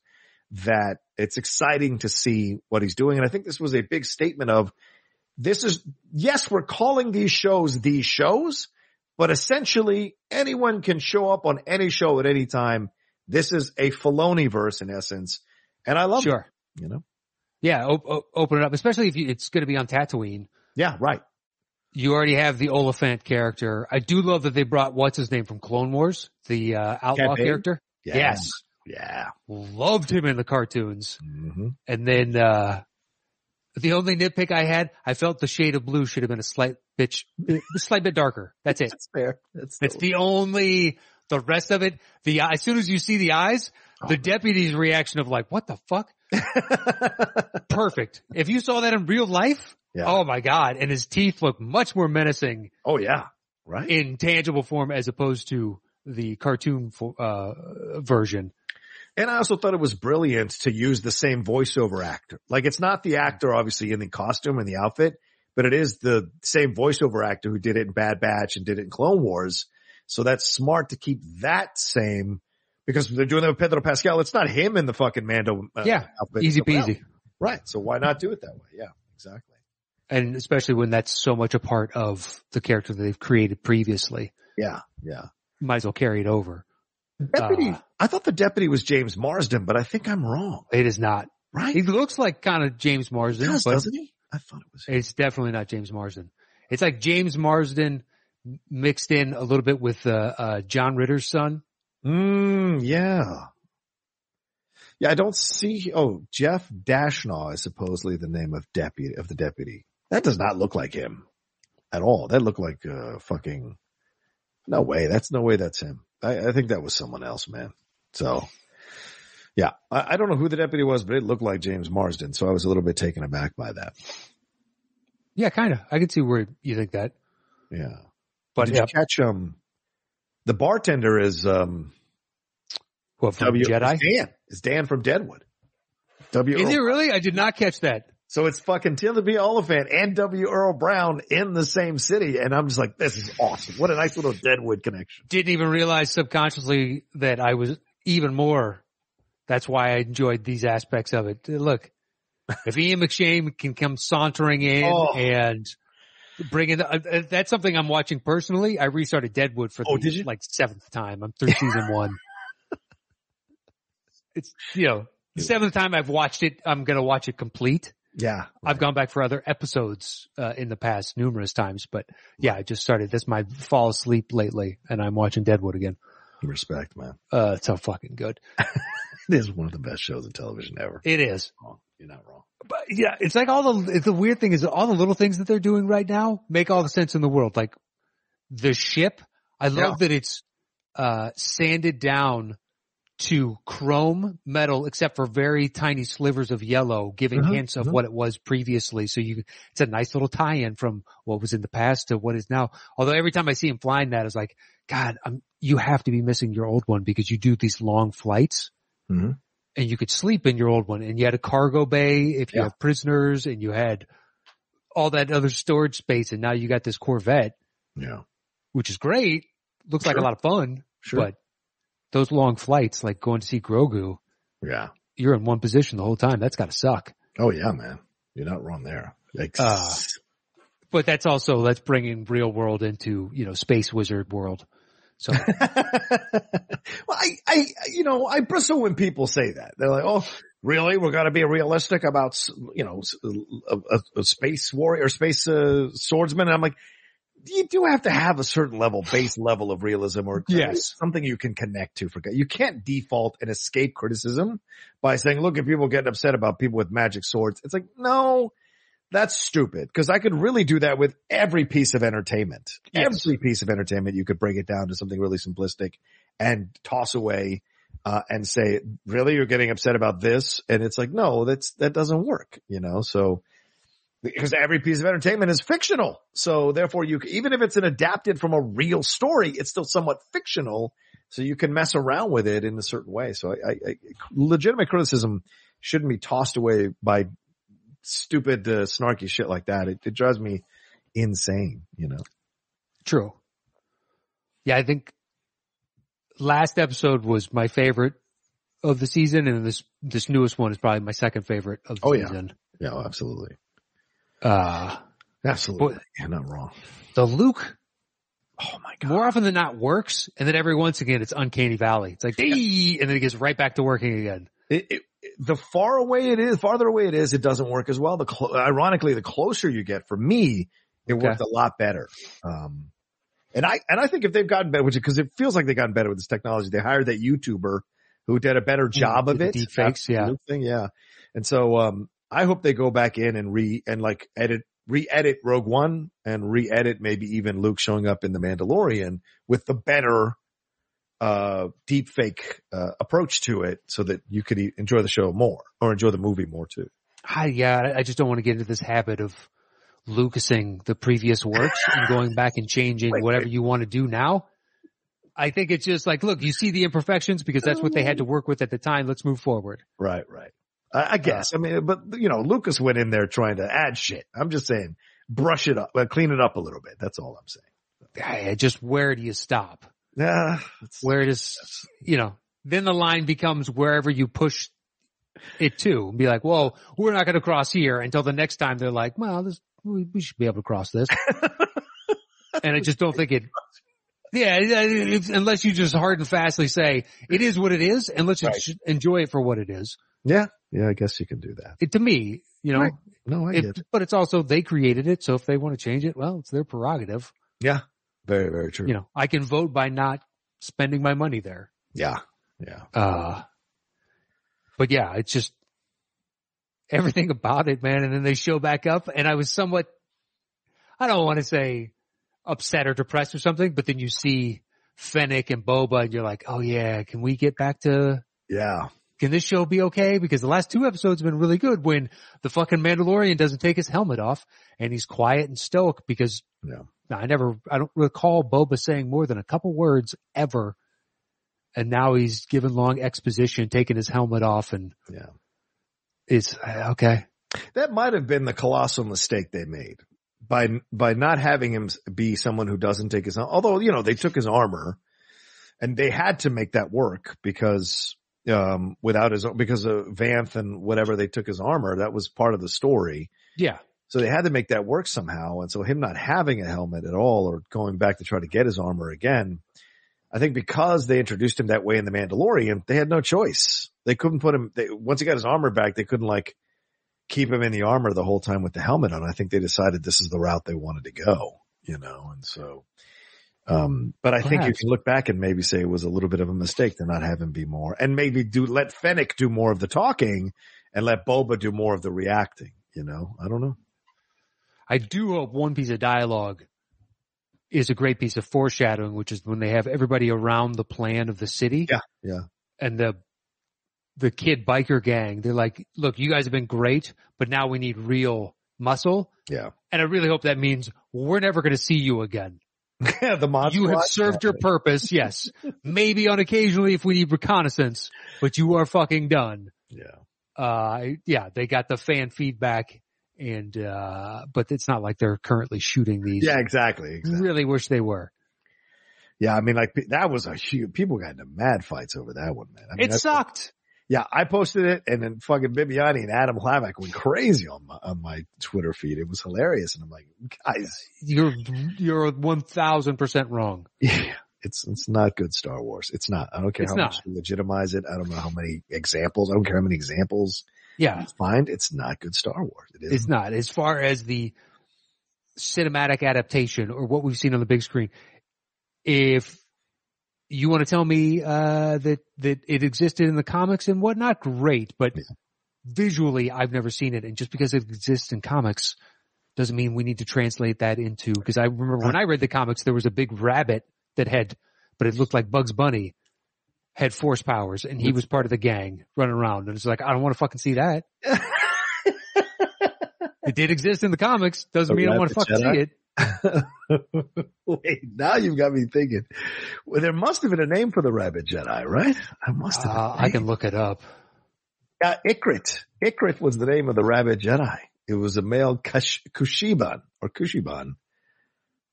S1: that it's exciting to see what he's doing. And I think this was a big statement of this is yes, we're calling these shows these shows, but essentially anyone can show up on any show at any time. This is a Filoni verse in essence, and I love
S2: Sure.
S1: it. You know,
S2: Yeah. Op- op- open it up, especially if you, it's going to be on Tatooine.
S1: yeah, right.
S2: you already have the Oliphant character. I do love that they brought what's his name from Clone Wars, the uh, outlaw
S1: Cad Bane?
S2: character.
S1: Yeah.
S2: Yes,
S1: yeah.
S2: loved him in the cartoons.
S3: Mm-hmm.
S1: hmm
S2: And then uh the only nitpick I had, I felt the shade of blue should have been a slight bitch, a slight bit darker. That's it.
S1: That's fair. That's
S2: That's the only.
S1: Oh.
S2: The rest of it, the as soon as you see the eyes, the deputy's reaction of like, "What the fuck?" Perfect. If you saw that in real life,
S1: Yeah.
S2: oh my God. And his teeth look much more menacing
S1: oh yeah. Right.
S2: in tangible form as opposed to the cartoon fo- uh, version.
S1: And I also thought it was brilliant to use the same voiceover actor. Like it's not the actor obviously in the costume and the outfit, but it is the same voiceover actor who did it in Bad Batch and did it in Clone Wars. So that's smart to keep that same because they're doing that with Pedro Pascal. It's not him in the fucking Mando. uh,
S2: Yeah.
S1: outfit.
S2: Easy
S1: Someone else.
S2: peasy.
S1: Right. So why not do it that way? Yeah, exactly.
S2: And especially when that's so much a part of the character that they've created previously.
S1: Yeah. Yeah.
S2: Might as well carry it over.
S1: Deputy.
S2: Uh.
S1: I thought the deputy was James Marsden, but I think I'm wrong.
S2: It is not.
S1: Right.
S2: He looks like kind of James Marsden,
S1: does,
S2: but
S1: doesn't he? I thought it was him.
S2: It's definitely not James Marsden. It's like James Marsden mixed in a little bit with uh, uh, John Ritter's son.
S1: Mm, yeah. Yeah, I don't see. Oh, Jeff Dashnaw is supposedly the name of deputy of the deputy. That does not look like him at all. That looked like uh, fucking. No way. That's no way. That's him. I, I think that was someone else, man. So, yeah, I, I don't know who the deputy was, but it looked like James Marsden. So I was a little bit taken aback by that.
S2: Yeah, kind of. I can see where you think that.
S1: Yeah.
S2: But uh,
S1: Did
S2: yeah,
S1: you catch um? The bartender is um
S2: what, from
S1: W
S2: Jedi?
S1: Is Dan is Dan from Deadwood. W.
S2: Is
S1: Earl
S2: it really? I did not catch that.
S1: So it's fucking Tim B. Oliphant and W. Earl Brown in the same city. And I'm just like, this is awesome. What a nice little Deadwood connection.
S2: Didn't even realize subconsciously that I was even more. That's why I enjoyed these aspects of it. Look, if Ian McShane can come sauntering in
S1: Oh.
S2: and bring in, uh, uh, that's something I'm watching personally. I restarted Deadwood for the
S1: Oh, did you?
S2: like seventh time. I'm through season one. It's, you know, the seventh time I've watched it, I'm going to watch it complete.
S1: Yeah.
S2: I've gone back for other episodes uh, in the past numerous times, but yeah, I just started. That's my fall asleep lately, and I'm watching Deadwood again.
S1: Respect, man.
S2: Uh, it's so fucking good.
S1: It is one of the best shows in television ever.
S2: It is.
S1: You're not wrong.
S2: But yeah, it's like all the it's the weird thing is all the little things that they're doing right now make all the sense in the world. Like the ship, I love
S1: Yeah.
S2: that it's uh sanded down to chrome metal except for very tiny slivers of yellow giving
S1: Uh-huh,
S2: hints of
S1: uh-huh.
S2: what it was previously so you it's a nice little tie-in from what was in the past to what is now although every time i see him flying that it's like god i you have to be missing your old one because you do these long flights
S1: Mhm.
S2: and you could sleep in your old one and you had a cargo bay if you
S1: Yeah.
S2: have prisoners and you had all that other storage space and now you got this corvette
S1: Yeah.
S2: which is great looks like a
S1: Sure.
S2: lot of fun
S1: Sure.
S2: but those long flights like going to see grogu
S1: yeah.
S2: you're in one position the whole time that's got to suck
S1: Oh, yeah, man. You're not wrong there. Yikes.
S2: Uh, but that's also that's bringing real world into you know space wizard world so
S1: well, I, I, you know, I bristle when people say that. They're like, oh, really? We're going to be realistic about, s- you know, s- a, a, a space warrior, space uh, swordsman. And I'm like, you do have to have a certain level, base level of realism or
S2: Yes.
S1: something you can connect to. For You can't default and escape criticism by saying, look at people getting upset about people with magic swords. It's like, no, that's stupid because I could really do that with every piece of entertainment.
S2: Yes.
S1: Every piece of entertainment, you could break it down to something really simplistic and toss away uh, and say, really, you're getting upset about this? And it's like, no, that's, that doesn't work, you know? So, because every piece of entertainment is fictional. So therefore you, even if it's an adapted from a real story, it's still somewhat fictional. So you can mess around with it in a certain way. So I, I, I legitimate criticism shouldn't be tossed away by stupid, uh, snarky shit like that. It, it drives me insane, you know?
S2: True. Yeah, I think last episode was my favorite of the season, and this this newest one is probably my second favorite of the
S1: Oh, yeah.
S2: season.
S1: Yeah, absolutely.
S2: Uh,
S1: Absolutely. You're not wrong.
S2: the Luke
S1: Oh my
S2: more often than not works, and then every once again it's uncanny valley. It's like, "Dee," and then it gets right back to working again.
S1: It, it, the far away it is, farther away it is, it doesn't work as well. The clo- ironically, the closer you get, for me, it
S2: Okay.
S1: worked a lot better. Um, and I and I think if they've gotten better, which because it feels like they've gotten better with this technology, they hired that YouTuber who Mm-hmm. did a better job of
S2: did
S1: it.
S2: the deepfakes, yeah.
S1: Absolute thing, yeah. And so um, I hope they go back in and re and like edit, re-edit Rogue One and re-edit maybe even Luke showing up in the Mandalorian with the better uh, deep fake, uh, approach to it so that you could e- enjoy the show more or enjoy the movie more too.
S2: I, yeah, I- I just don't want to get into this habit of lucasing the previous works and going back and changing
S1: Wait,
S2: whatever you want to do now. I think it's just like, look, you see the imperfections because that's what they had to work with at the time. Let's move forward.
S1: Right, right. Uh, I, I guess. I mean, but you know, Lucas went in there trying to add shit. I'm just saying, brush it up, uh, clean it up a little bit. That's all I'm saying.
S2: I- I just where do you stop?
S1: Yeah. it's-
S2: Where does, you know, then the line becomes wherever you push it to and be like, whoa, we're not going to cross here until the next time they're like, well, this, we, we should be able to cross this. and I just don't think it, yeah, yeah, it's, unless you just hard and fastly say it is what it is and let's just enjoy it for what it is.
S1: Yeah. Yeah. I guess you can do that.
S2: It to me, you know,
S1: Right. No, I
S2: it-
S1: get it.
S2: but it's also they created it. So if they want to change it, well, it's their prerogative.
S1: Very, very true.
S2: You know, I can vote by not spending my money there.
S1: Yeah. Yeah.
S2: Uh, but yeah, it's just everything about it, man. And then they show back up and I was somewhat, I don't want to say upset or depressed or something, but then you see Fennec and Boba and you're like, Oh yeah, can we get back to,
S1: Yeah.
S2: can this show be okay? Because the last two episodes have been really good when the fucking Mandalorian doesn't take his helmet off and he's quiet and stoic because
S1: Yeah.
S2: I never, I don't recall Boba saying more than a couple words ever. And now he's given long exposition, taking his helmet off and
S1: Yeah.
S2: it's uh, okay.
S1: That might have been the colossal mistake they made by, by not having him be someone who doesn't take his, although, you know, they took his armor and they had to make that work because, um, without his, because of Vanth and whatever they took his armor, that was part of the story.
S2: Yeah.
S1: So they had to make that work somehow. And so him not having a helmet at all or going back to try to get his armor again, I think because they introduced him that way in The Mandalorian, they had no choice. They couldn't put him, they, once he got his armor back, they couldn't like keep him in the armor the whole time with the helmet on. I think they decided this is the route they wanted to go, you know, and so, um, but I think you
S2: Perhaps.
S1: can look back and maybe say it was a little bit of a mistake to not have him be more and maybe do let Fennec do more of the talking and let Boba do more of the reacting, you know, I don't know.
S2: I do hope one piece of dialogue is a great piece of foreshadowing, which is when they have everybody around the plan of the city.
S1: Yeah, yeah.
S2: And the, the kid biker gang, they're like, look, you guys have been great, but now we need real muscle.
S1: Yeah.
S2: And I really hope that means we're never going to see you again.
S1: Yeah, the mod
S2: you have
S1: squad.
S2: served your purpose, yes. Maybe on occasionally if we need reconnaissance, but you are fucking done.
S1: Yeah.
S2: Uh, yeah, they got the fan feedback and, uh, but it's not like they're currently shooting these.
S1: Yeah, exactly. exactly.
S2: Really wish they were.
S1: Yeah, I mean, like pe- that was a huge. People got into mad fights over that one, man. I mean,
S2: it
S1: that's-
S2: sucked.
S1: Yeah, I posted it, and then fucking Bibiani and Adam Hlavak went crazy on my on my Twitter feed. It was hilarious, and I'm like, guys,
S2: You're, you're 1000% wrong.
S1: yeah, it's it's not good Star Wars. It's not. I don't care
S2: It's
S1: how much you legitimize it. I don't know how many examples. I don't care how many examples
S2: Yeah.
S1: you find. It's not good Star Wars. It is.
S2: It's not. As far as the cinematic adaptation or what we've seen on the big screen, if you want to tell me uh, that that it existed in the comics and whatnot, great. But
S1: Yeah.
S2: visually, I've never seen it, and just because it exists in comics doesn't mean we need to translate that into. Because I remember when I read the comics, there was a big rabbit that had, but it looked like Bugs Bunny had force powers, and he was part of the gang running around, and it's like I don't want to fucking see that. It did exist in the comics. Doesn't
S1: A
S2: mean I want to
S1: rabbit
S2: fucking
S1: Jedi?
S2: see it.
S1: Wait, now you've got me thinking. Well, there must have been a name for the Rabbit Jedi, right? I must have.
S2: Uh,
S1: been.
S2: I can look it up.
S1: Yeah, Ikrit. Ikrit was the name of the rabbit Jedi. It was a male Kush- Kushiban or Kushiban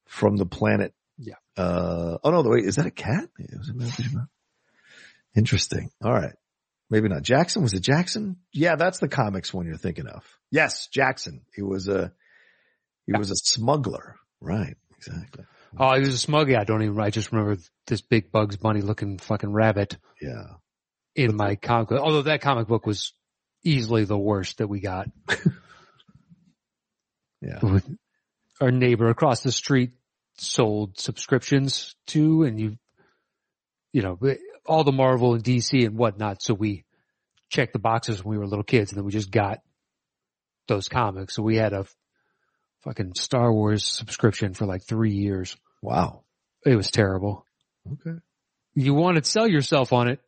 S1: from the planet.
S2: Yeah.
S1: Uh, oh no, the wait, is that a cat? It was a male Kushiban. Interesting. All right. Maybe not. Jackson was it Jackson? Yeah, that's the comics one you're thinking of. Yes, Jackson. He was a, he was a smuggler. Right. Exactly.
S2: Oh, he was a smuggy. I don't even. I just remember this big Bugs Bunny looking fucking rabbit
S1: Yeah.
S2: in my comic. book. Although that comic book was easily the worst that we got.
S1: Yeah.
S2: With- Our neighbor across the street sold subscriptions to, and you, you know, all the Marvel and DC and whatnot. So we checked the boxes when we were little kids, and then we just got those comics. So we had a fucking Star Wars subscription for like three years.
S1: Wow.
S2: It was terrible.
S1: Okay.
S2: you want to sell yourself on it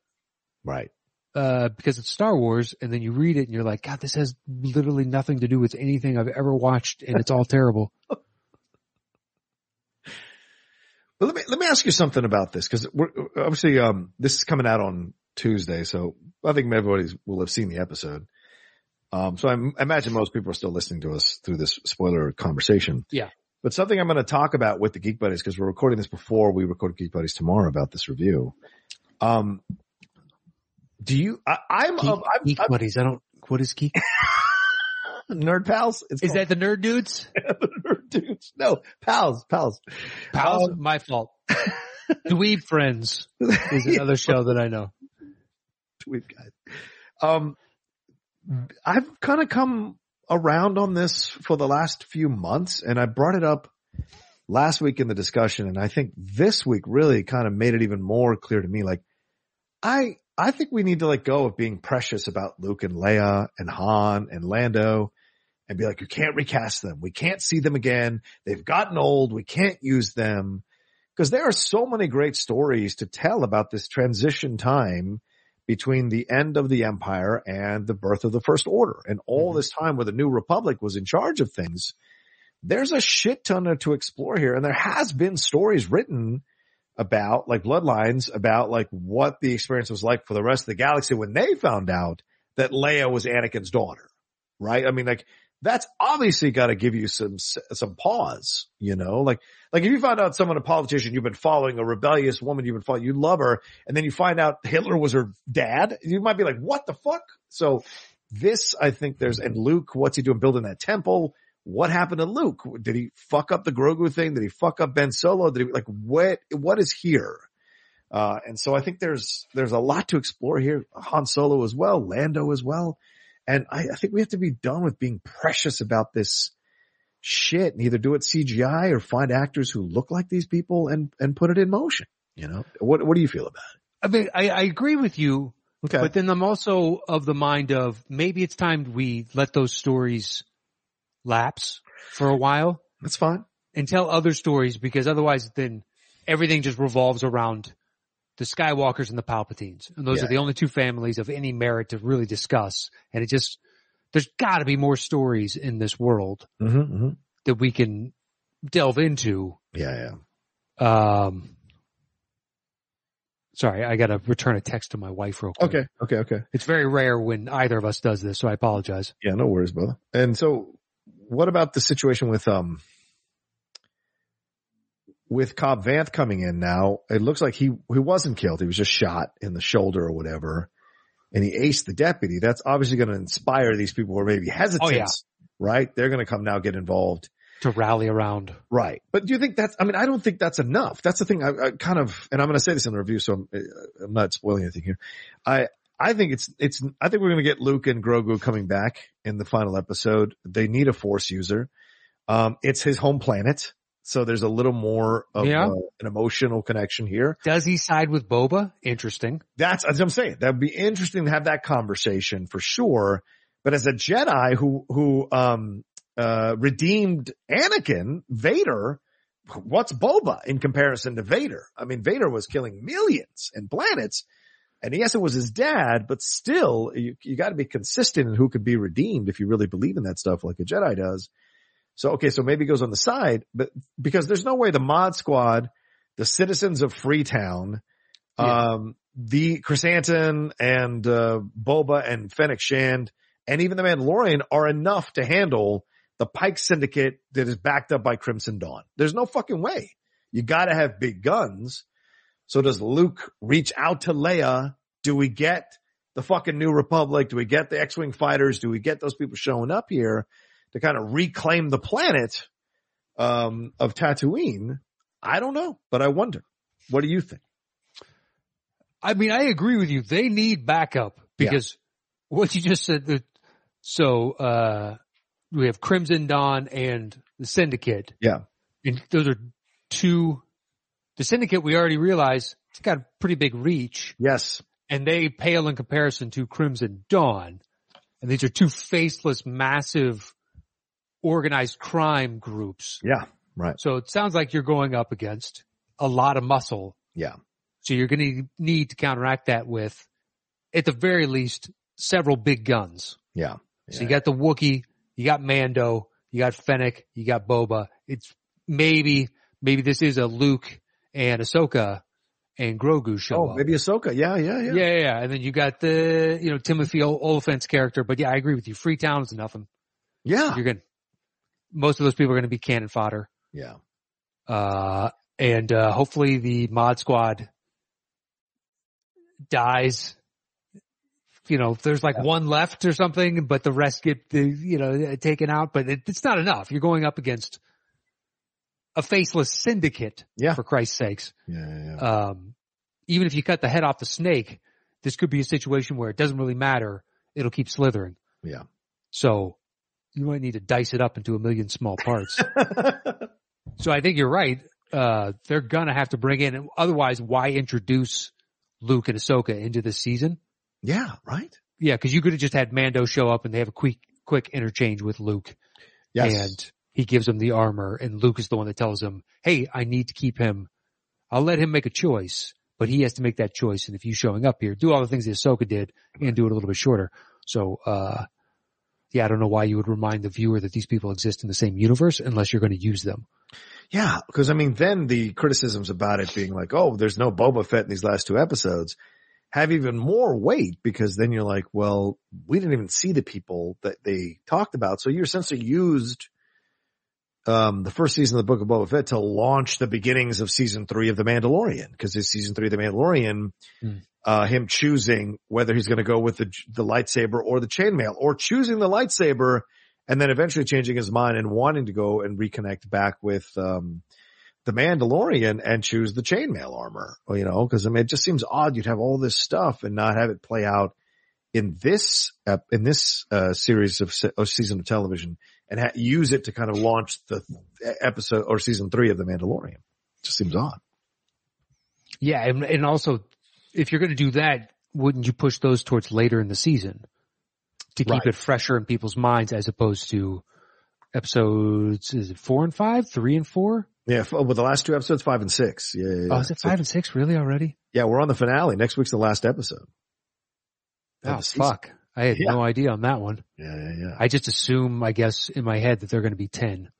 S1: Right.
S2: uh, because it's Star Wars, and then you read it and you're like, God, this has literally nothing to do with anything I've ever watched, and it's all terrible.
S1: But let me let me ask you something about this because we're obviously um, this is coming out on Tuesday, so I think everybody will have seen the episode. Um, so I'm, I imagine most people are still listening to us through this spoiler conversation.
S2: Yeah.
S1: But something I'm going to talk about with the Geek Buddies because we're recording this before we record Geek Buddies tomorrow about this review. Um, do you? I, I'm,
S2: Geek,
S1: of I'm,
S2: geek buddies, I don't. What is geek?
S1: I'm nerd pals. It's
S2: Is that the nerd dudes?
S1: called nerd dudes? No, pals, pals.
S2: Pals, my fault. Dweeb friends is another show that I know.
S1: we've got. Um, I've kind of come around on this for the last few months and I brought it up last week in the discussion. And I think this week really kind of made it even more clear to me. Like I, I think we need to let go of being precious about Luke and Leia and Han and Lando and be like, you can't recast them. We can't see them again. They've gotten old. We can't use them because there are so many great stories to tell about this transition time between the end of the empire and the birth of the first order and all this time where the new republic was in charge of things there's a shit ton of- to explore here and there has been stories written about like bloodlines about like what the experience was like for the rest of the galaxy when they found out that Leia was Anakin's daughter right i mean like that's obviously got to give you some s- some pause you know like like if you found out someone a politician you've been following a rebellious woman you've been following you love her and then you find out Hitler was her dad, you might be like, what the fuck? So this, I think there's, and Luke, what's he doing building that temple? What happened to Luke? Did he fuck up the Grogu thing? Did he fuck up Ben Solo? Did he like what, what is here? Uh, and so I think there's, there's a lot to explore here. Han Solo as well, Lando as well. And I, I think we have to be done with being precious about this shit and either do it CGI or find actors who look like these people and, and put it in motion. You know, what, what do you feel about it?
S2: I mean, I, I agree with you,
S1: Okay.
S2: But then I'm also of the mind of maybe it's time we let those stories lapse for a while
S1: that's fine.
S2: and tell other stories because otherwise then everything just revolves around the Skywalkers and the Palpatines. And those
S1: Yeah.
S2: are the only two families of any merit to really discuss. And it just, there's gotta be more stories in this world
S1: Mm-hmm,
S2: that we can delve into.
S1: Yeah, yeah.
S2: Um, sorry, I gotta return a text to my wife real quick.
S1: Okay, okay, okay.
S2: It's very rare when either of us does this, so I apologize.
S1: Yeah, no worries, brother. And so, what about the situation with um with Cobb Vanth coming in now? It looks like he he wasn't killed; he was just shot in the shoulder or whatever, and he aced the deputy. That's obviously going to inspire these people who are maybe hesitant,
S2: Oh, yeah.
S1: right? They're going to come now get involved.
S2: To rally around.
S1: Right. But do you think that's, I mean, I don't think that's enough. That's the thing I, I kind of, and I'm going to say this in the review, so I'm, uh, I'm not spoiling anything here. I, I think it's, it's, I think we're going to get Luke and Grogu coming back in the final episode. They need a force user. Um, it's his home planet. So there's a little more of
S2: Yeah.
S1: uh, an emotional connection here.
S2: Does he side with Boba? Interesting.
S1: That's as I'm saying. That'd be interesting to have that conversation for sure. But as a Jedi who who um uh redeemed Anakin, Vader, what's Boba in comparison to Vader? I mean, Vader was killing millions and planets, and yes, it was his dad, but still, you you got to be consistent in who could be redeemed if you really believe in that stuff, like a Jedi does. So okay, so maybe he goes on the side, but because there's no way the Mod Squad, the citizens of Freetown,
S2: Yeah.
S1: um, the Chrysanthemum and uh, Boba and Fennec Shand, and even the Mandalorian are enough to handle the Pike Syndicate that is backed up by Crimson Dawn. There's no fucking way. You got to have big guns. So does Luke reach out to Leia? Do we get the fucking New Republic? Do we get the X-Wing fighters? Do we get those people showing up here to kind of reclaim the planet, um, of Tatooine? I don't know, but I wonder. What do you think?
S2: I mean, I agree with you. They need backup because what you just said. The, so uh, we have Crimson Dawn and the Syndicate.
S1: Yeah.
S2: and those are two. The Syndicate, we already realize it's got a pretty big reach,
S1: Yes.
S2: and they pale in comparison to Crimson Dawn. And these are two faceless, massive, organized crime groups.
S1: Yeah.
S2: So it sounds like you're going up against a lot of muscle.
S1: Yeah.
S2: So you're going to need to counteract that with, at the very least, several big guns.
S1: Yeah.
S2: So you got the Wookiee, you got Mando, you got Fennec, you got Boba. It's maybe, maybe this is a Luke and Ahsoka and Grogu show
S1: Oh,
S2: up.
S1: maybe Ahsoka. Yeah, yeah, yeah.
S2: Yeah, yeah, yeah. And then you got the, you know, Timothy Ol- Oliphant's character. But yeah, I agree with you. Freetown is nothing.
S1: Yeah.
S2: You're going to, most of those people are going to be cannon fodder.
S1: Yeah.
S2: Uh, and, uh, hopefully the mod squad dies. You know, if there's like
S1: Yeah.
S2: one left or something, but the rest get, the, you know, taken out, but it, it's not enough. You're going up against a faceless syndicate.
S1: Yeah.
S2: For Christ's sakes
S1: Yeah, yeah, yeah.
S2: um, even if you cut the head off the snake, this could be a situation where it doesn't really matter. It'll keep slithering.
S1: Yeah.
S2: So you might need to dice it up into a million small parts. so I think you're right. Uh, they're gonna have to bring in, otherwise why introduce Luke and Ahsoka into this season?
S1: yeah, right?
S2: Yeah. Cause you could have just had Mando show up and they have a quick, quick interchange with Luke
S1: Yes.
S2: and he gives him the armor and Luke is the one that tells him, Hey, I need to keep him. I'll let him make a choice, but he has to make that choice. And if you showing up here, do all the things that Ahsoka did and do it a little bit shorter. So, uh, yeah, I don't know why you would remind the viewer that these people exist in the same universe unless you're going to use them.
S1: Yeah, because I mean, then the criticisms about it being like, oh, there's no Boba Fett in these last two episodes have even more weight because then you're like, well, we didn't even see the people that they talked about. So you essentially used, um, the first season of the book of Boba Fett to launch the beginnings of season three of the Mandalorian because it's season three of the Mandalorian,
S2: Hmm.
S1: uh, him choosing whether he's going to go with the, the lightsaber or the chainmail or choosing the lightsaber and then eventually changing his mind and wanting to go and reconnect back with um the Mandalorian and choose the chainmail armor, you know, because I mean, it just seems odd you'd have all this stuff and not have it play out in this uh, in this uh, series of se- or season of television and ha- use it to kind of launch the episode or season three of the Mandalorian. Just seems odd.
S2: Yeah. And, and also if you're going to do that, wouldn't you push those towards later in the season to keep
S1: Right.
S2: it fresher in people's minds as opposed to episodes, is it four and five, three and four?
S1: Yeah, f- with the last two episodes, five and six. Yeah, yeah, yeah.
S2: Oh, is it
S1: So-
S2: five and six really already?
S1: yeah, we're on the finale. Next week's the last episode. of
S2: Oh
S1: the season.
S2: fuck! I had
S1: Yeah.
S2: no idea on that one.
S1: Yeah, yeah, yeah.
S2: I just assume, I guess, in my head that they're going to be ten.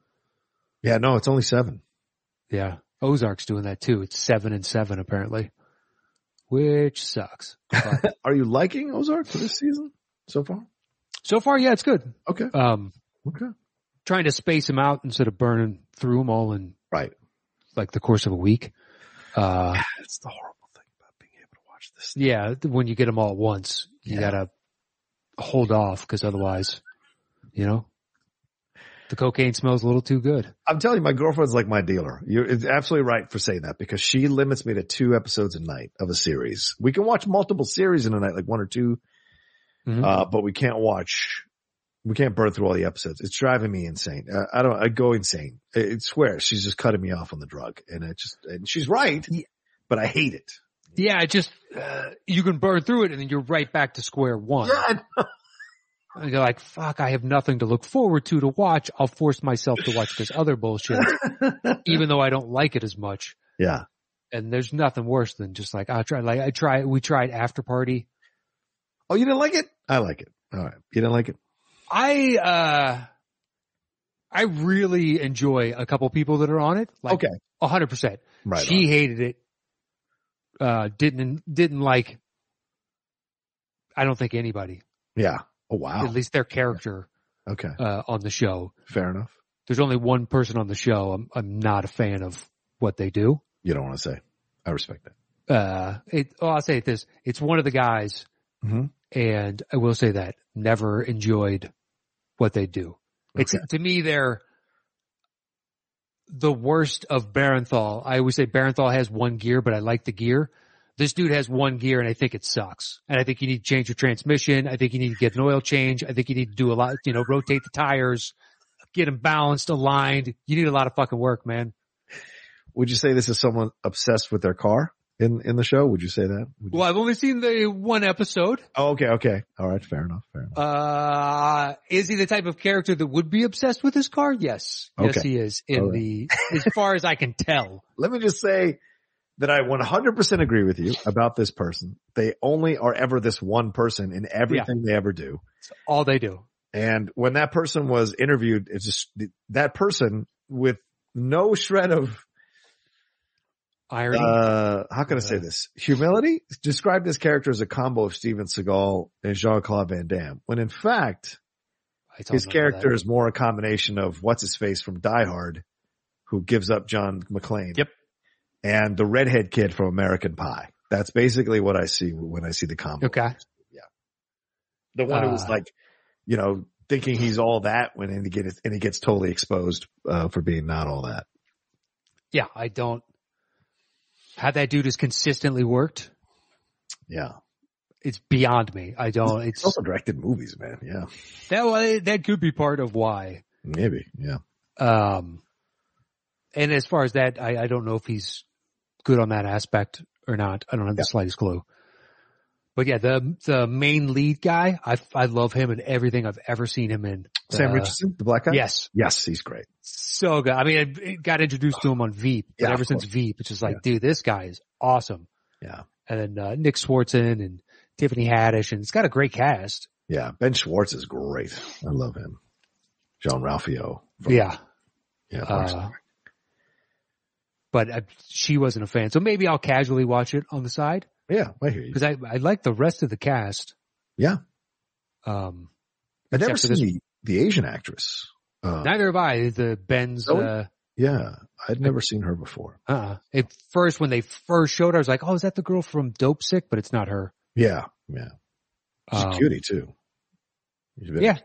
S1: Yeah, no, it's only seven.
S2: Yeah, Ozark's doing that too. It's seven and seven apparently, which sucks. But
S1: Are you liking Ozark for this season so far?
S2: so far, yeah, it's good.
S1: Okay.
S2: Um,
S1: Okay.
S2: trying to space them out instead of burning through them all in
S1: Right.
S2: like the course of a week. Uh,
S1: That's the horrible thing about being able to watch this.
S2: yeah, when you get them all at once, you
S1: Yeah.
S2: gotta hold off because otherwise, you know, the cocaine smells a little too good.
S1: I'm telling you, my girlfriend's like my dealer. You're it's absolutely right for saying that because she limits me to two episodes a night of a series. We can watch multiple series in a night, like one or 2
S2: Mhm.
S1: uh, but we can't watch, we can't burn through all the episodes. It's driving me insane. Uh, I don't, I go insane. It, it swears she's just cutting me off on the drug and it just, and she's right,
S2: Yeah.
S1: but I hate it.
S2: Yeah, it just uh, you can burn through it, and then you're right back to square one.
S1: Yeah,
S2: And you're like, "Fuck, I have nothing to look forward to to watch. I'll force myself to watch this other bullshit, even though I don't like it as much."
S1: yeah.
S2: And there's nothing worse than just like I tried. Like I tried, we tried After Party.
S1: Oh, you didn't like it? I like it. All right. You didn't like it?
S2: I uh, I really enjoy a couple people that are on it. Like
S1: okay.
S2: hundred percent.
S1: Right.
S2: she hated it. Uh, didn't didn't like. I don't think anybody,
S1: on. Yeah. Oh, wow.
S2: at least their character.
S1: Okay.
S2: uh, on the show.
S1: Fair enough.
S2: There's only one person on the show. I'm, I'm not a fan of what they do.
S1: You don't want to say. I respect that.
S2: Uh, it, oh, I'll say it this. It's one of the guys
S1: Mhm.
S2: and I will say that never enjoyed what they do. It's
S1: Okay.
S2: to me, they're the worst of Barenthal. I always say Barenthal has one gear, but I like the gear. This dude has one gear and I think it sucks. And I think you need to change your transmission. I think you need to get an oil change. I think you need to do a lot, you know, rotate the tires, get them balanced, aligned. You need a lot of fucking work, man.
S1: Would you say this is someone obsessed with their car in in the show? Would you say that? Would you-
S2: Well, I've only seen the one episode.
S1: oh, okay, okay, all right, fair enough, fair enough.
S2: Uh, is he the type of character that would be obsessed with his car? Yes. Yes,
S1: Okay.
S2: he is in
S1: All right.
S2: the, as far as I can tell.
S1: Let me just say, that I 100% agree with you about this person. They only are ever this one person in everything they ever do.
S2: It's all they do.
S1: And when that person was interviewed, it's just that person with no shred of,
S2: Irony.
S1: uh, how can I say
S2: Uh.
S1: this? Humility described his character as a combo of Steven Seagal and Jean-Claude Van Damme. When in fact,
S2: I don't
S1: his
S2: know
S1: character
S2: that.
S1: is more a combination of what's his face from Die Hard, who gives up John McClane.
S2: Yep.
S1: And the redhead kid from American Pie. That's basically what I see when I see the combo.
S2: Okay.
S1: The one who was
S2: Uh,
S1: like, you know, thinking he's all that when and he gets and he gets totally exposed uh, for being not all that.
S2: Yeah, I don't. How that dude has consistently worked,
S1: Yeah.
S2: it's beyond me. I don't. It's
S1: He's also directed movies, man. Yeah.
S2: that. That could be part of why.
S1: Maybe. Yeah.
S2: Um, and as far as that, I, I don't know if he's good on that aspect or not. I don't have the slightest clue. But yeah, the the main lead guy, I I love him and everything I've ever seen him in.
S1: Sam
S2: Uh,
S1: Richardson, the black guy?
S2: Yes,
S1: Yes, he's great.
S2: so good. I mean, I I got introduced to him on Veep, but
S1: Yeah,
S2: ever
S1: of
S2: since Veep, it's just like, dude, this guy is awesome.
S1: Yeah.
S2: And then uh, Nick Swartzen and Tiffany Haddish, and it's got a great cast.
S1: Yeah. Ben Schwartz is great. I love him. John Ralphio. from-
S2: yeah.
S1: Yeah. Parks and
S2: Uh, but I, she wasn't a fan, so maybe I'll casually watch it on the side.
S1: Yeah, I hear you.
S2: because I I like the rest of the cast.
S1: Yeah.
S2: Um.
S1: I've never
S2: except for
S1: seen the, the Asian actress. Uh,
S2: Neither have I. The Ben's.
S1: Zoe?
S2: Uh,
S1: yeah, I'd never seen her before.
S2: uh. At first, when they first showed, her, I was like, "Oh, is that the girl from Dope Sick?" But it's not her.
S1: Yeah, yeah, she's a
S2: Um,
S1: cutie too. She's been-
S2: Yeah.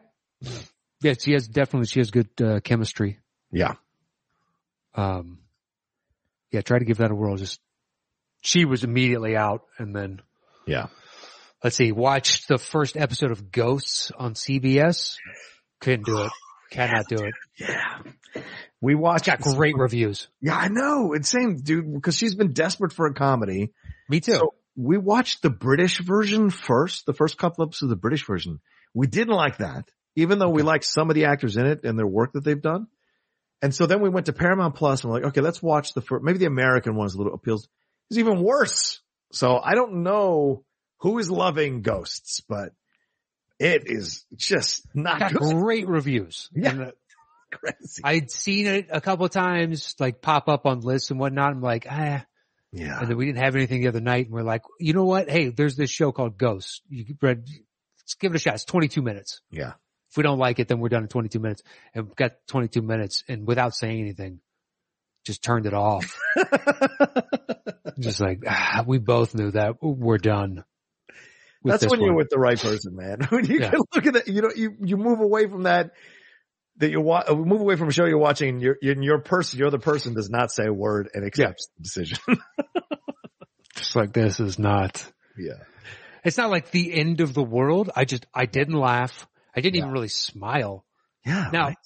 S2: Yeah, she has definitely she has good uh, chemistry.
S1: yeah,
S2: Um. Yeah, try to give that a whirl. Just she was immediately out, and then
S1: yeah.
S2: let's see, watched the first episode of Ghosts on CBS. Couldn't do it. Cannot do it.
S1: Yeah. We watched.
S2: Got great reviews.
S1: Yeah, I know. It's same dude because she's been desperate for a comedy.
S2: Me too.
S1: So we watched the British version first, the first couple episodes of the British version. We didn't like that, even though we liked some of the actors in it and their work that they've done. And so then we went to Paramount Plus and we're like, okay, let's watch the first, maybe the American one's a little appeals is even worse. So I don't know who is loving ghosts, but it is just not
S2: Got
S1: good.
S2: great reviews.
S1: Yeah.
S2: And, uh,
S1: crazy.
S2: I'd seen it a couple of times, like pop up on lists and whatnot. I'm like, ah,
S1: Yeah.
S2: and then we didn't have anything the other night. And we're like, you know what? Hey, there's this show called Ghosts. You could- Brad, let's give it a shot. It's 22 minutes.
S1: Yeah.
S2: If we don't like it, then we're done in 22 minutes and we got 22 minutes and without saying anything, just turned it off. just like, ah, we both knew that we're done. with
S1: That's
S2: this
S1: when you're
S2: one.
S1: with the right person, man. When you
S2: Yeah.
S1: can look at that, you know, you, you move away from that, that you wa- uh, move away from a show you're watching, your, your, your person, your other person does not say a word and accepts the decision.
S2: just like, this is not.
S1: yeah.
S2: It's not like the end of the world. I just, I didn't laugh. I didn't
S1: Yeah.
S2: even really smile.
S1: Yeah.
S2: Now,
S1: right.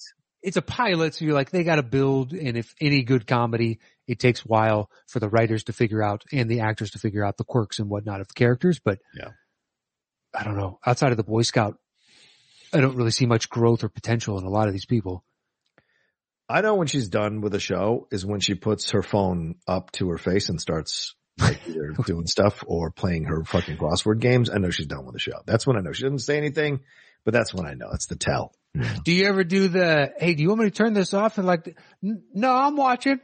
S2: it's a pilot, so you're like, they gotta build, and if any good comedy, it takes a while for the writers to figure out and the actors to figure out the quirks and whatnot of the characters, but
S1: Yeah.
S2: I don't know. Outside of the Boy Scout, I don't really see much growth or potential in a lot of these people.
S1: I know when she's done with a show is when she puts her phone up to her face and starts like, either doing stuff or playing her fucking crossword games. I know she's done with the show. That's when I know she doesn't say anything, but that's when I know. It's the tell.
S2: Do you ever do the, hey, do you want me to turn this off? And like, "N- no, I'm watching.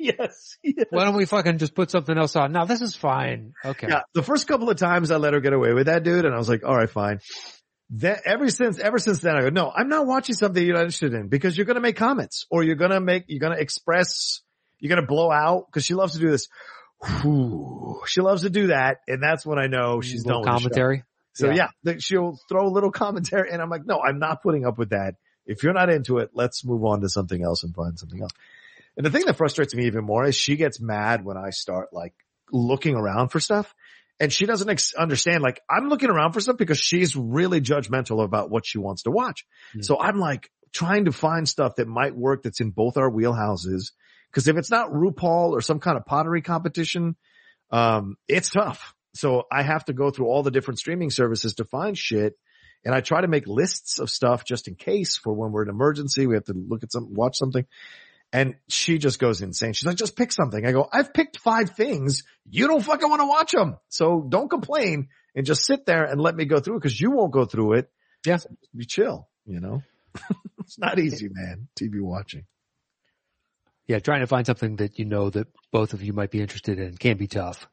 S1: yes. yes.
S2: Why don't we fucking just put something else on? No, this is fine. Okay.
S1: Yeah, the first couple of times I let her get away with that, dude, and I was like, all right, fine. That ever since, ever since then, I go, no, I'm not watching something you're not interested in because you're going to make comments or you're going to make, you're going to express, you're going to blow out because she loves to do this. Whew. She loves to do that, and that's when I know she's done
S2: Little
S1: with the show.
S2: commentary.
S1: So
S2: Yeah.
S1: yeah, that she'll throw a little commentary and I'm like, no, I'm not putting up with that. If you're not into it, let's move on to something else and find something else. And the thing that frustrates me even more is she gets mad when I start like looking around for stuff and she doesn't ex- understand. Like I'm looking around for stuff because she's really judgmental about what she wants to watch.
S2: Mm.
S1: So I'm like trying to find stuff that might work that's in both our wheelhouses. Cause if it's not RuPaul or some kind of pottery competition, um, it's tough. So I have to go through all the different streaming services to find shit. And I try to make lists of stuff just in case for when we're in emergency, we have to look at some, watch something. And she just goes insane. She's like, just pick something. I go, I've picked five things. You don't fucking want to watch them. So don't complain and just sit there and let me go through it because you won't go through it.
S2: Yeah.
S1: So just be chill, you know? it's not easy, man. TV watching.
S2: Yeah, trying to find something that you know that both of you might be interested in can be tough.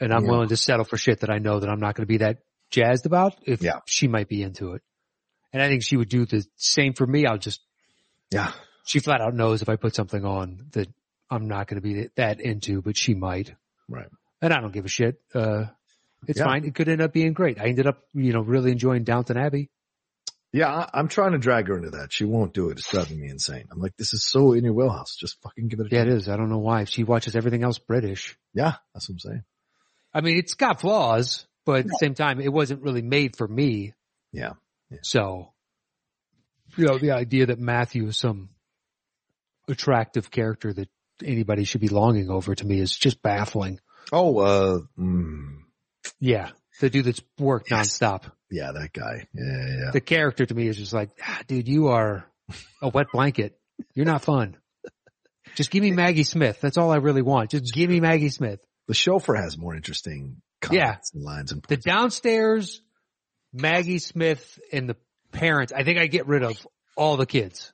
S2: And I'm
S1: Yeah.
S2: willing to settle for shit that I know that I'm not going to be that jazzed about if
S1: Yeah.
S2: she might be into it. And I think she would do the same for me. I'll just,
S1: Yeah.
S2: she flat out knows if I put something on that I'm not going to be that into, but she might.
S1: Right.
S2: And I don't give a shit. Uh, it's
S1: Yeah.
S2: fine. It could end up being great. I ended up, you know, really enjoying Downton Abbey.
S1: Yeah. I, I'm trying to drag her into that. She won't do it. It's driving me insane. I'm like, this is so in your wheelhouse. Just fucking give it a
S2: Yeah,
S1: try.
S2: it is. I don't know why. She watches everything else British.
S1: Yeah. That's what I'm saying.
S2: I mean, it's got flaws, but at the same time, it wasn't really made for me.
S1: Yeah, yeah.
S2: So, you know, the idea that Matthew is some attractive character that anybody should be longing over to me is just baffling.
S1: Oh, uh, mm,
S2: Yeah. The dude that's worked
S1: Yes.
S2: nonstop.
S1: yeah, that guy. Yeah. Yeah.
S2: The character to me is just like, ah, dude, you are a wet blanket. You're not fun. Just give me Maggie Smith. That's all I really want. Just give me Maggie Smith.
S1: The chauffeur has more interesting comments and lines and
S2: The downstairs, Maggie Smith and the parents. I think I get rid of all the kids.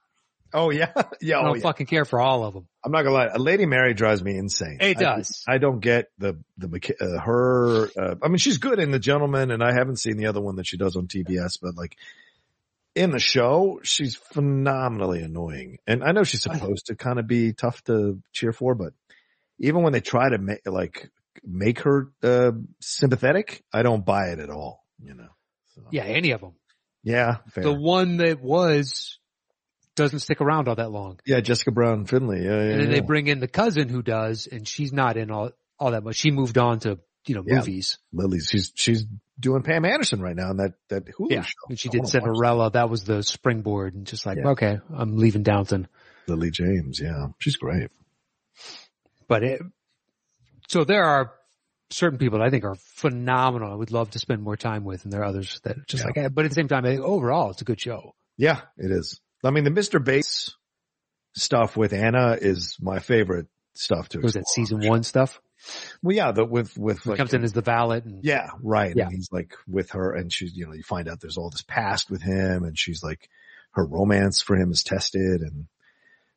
S1: Oh yeah, yeah.
S2: I
S1: Oh,
S2: don't
S1: yeah.
S2: fucking care for all of them.
S1: I'm not gonna lie. A Lady Mary drives me insane.
S2: It
S1: I-
S2: does.
S1: I, don't get the the mecha- uh, her. Uh, I mean, she's good in the Gentleman, and I haven't seen the other one that she does on TBS. But like in the show, she's phenomenally annoying. And I know she's supposed to kind of be tough to cheer for, but even when they try to make like make her uh, sympathetic, I don't buy it at all. You know. So,
S2: Yeah, any of them.
S1: Yeah. Fair.
S2: The one that was doesn't stick around all that long.
S1: yeah, Jessica Brown Finley. Yeah, yeah.
S2: And then they
S1: yeah.
S2: bring in the cousin who does and she's not in all, all that much. She moved on to, you know,
S1: Yeah.
S2: movies.
S1: Lily's. She's she's doing Pam Anderson right now in that that Hulu
S2: Yeah.
S1: show.
S2: And she
S1: I
S2: did
S1: wanna watch
S2: Cinderella. That was the springboard and just like,
S1: Yeah.
S2: okay, I'm leaving Downton.
S1: that. Lily James. Yeah, she's great.
S2: But it, so there are certain people that I think are phenomenal. I would love to spend more time with and there are others that are just
S1: Yeah.
S2: like, eh, but at the same time, I think overall it's a good show.
S1: Yeah, it is. I mean, the Mister Bates stuff with Anna is my favorite stuff to.
S2: What was that
S1: explore.
S2: season one stuff?
S1: Well, yeah, the with with
S2: He
S1: like,
S2: comes in as the valet and
S1: yeah, right.
S2: Yeah.
S1: And he's like with her, and she's you know you find out there's all this past with him, and she's like her romance for him is tested, and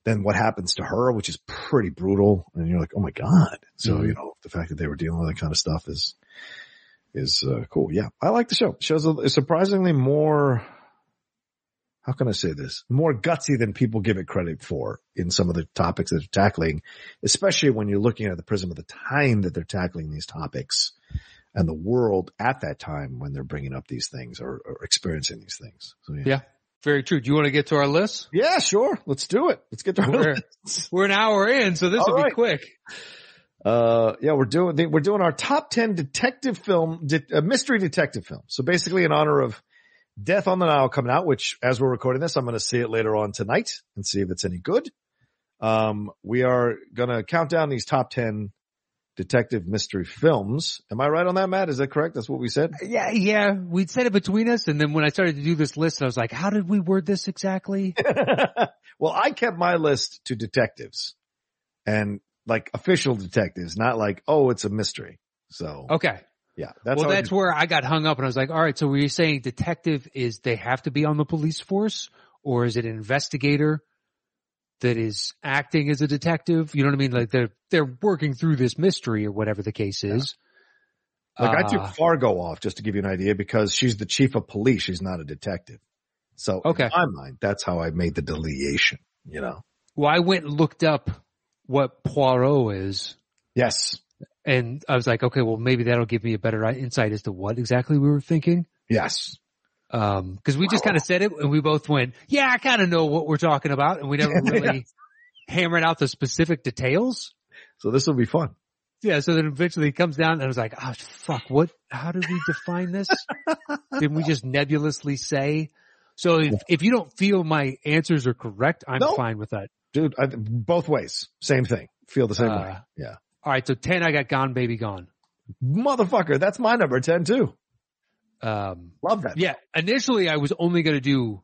S1: then what happens to her, which is pretty brutal, and you're like, oh my god. So
S2: Mhm.
S1: you know the fact that they were dealing with that kind of stuff is is uh, cool. Yeah, I like the show. Shows a, surprisingly more. How can I say this? More gutsy than people give it credit for in some of the topics that they're tackling, especially when you're looking at the prism of the time that they're tackling these topics and the world at that time when they're bringing up these things or, or experiencing these things. So yeah.
S2: Yeah. Very true. Do you want to get to our list?
S1: Yeah, sure. Let's do it. Let's get to
S2: We're,
S1: our
S2: we're an hour in, so this
S1: All
S2: will be
S1: right.
S2: quick.
S1: Uh, yeah, we're doing we're doing our top ten detective film, de- uh, mystery detective film. So basically, in honor of Death on the Nile coming out, which as we're recording this, I'm going to see it later on tonight and see if it's any good. Um, we are going to count down these top ten detective mystery films. Am I right on that, Matt? Is that correct? That's what we said.
S2: Yeah, yeah. We said it between us, and then when I started to do this list, I was like, "How did we word this exactly?"
S1: well, I kept my list to detectives and like official detectives, not like oh, it's a mystery. So
S2: Okay.
S1: yeah, that's
S2: well,
S1: how I
S2: that's
S1: did-
S2: where I got hung up, and I was like, "All right, so we're saying detective is they have to be on the police force, or is it an investigator that is acting as a detective? You know what I mean? Like they're they're working through this mystery or whatever the case is."
S1: Like I
S2: Uh,
S1: took Fargo off just to give you an idea because she's the chief of police. She's not a detective. So
S2: Okay.
S1: in my mind, that's how I made the delineation, you know?
S2: Well, I went and looked up what Poirot is.
S1: Yes.
S2: And I was like, okay, well, maybe that'll give me a better insight as to what exactly we were thinking.
S1: Yes.
S2: Um, cause we just kind of said it and we both went, yeah, I kind of know what we're talking about. And we never
S1: Yeah.
S2: really hammered out the specific details.
S1: So this will be fun.
S2: Yeah. So then eventually it comes down and I was like, oh fuck, what, how did we define this? Didn't we just nebulously say? So if, if you don't feel my answers are correct, I'm
S1: No.
S2: fine with that.
S1: Dude, I, both ways. Same thing. Feel the same way.
S2: Uh,
S1: Yeah.
S2: All right. So 10, I got gone, baby gone.
S1: Motherfucker. That's my number 10 too.
S2: Um,
S1: Love that.
S2: Yeah. Initially I was only going to do,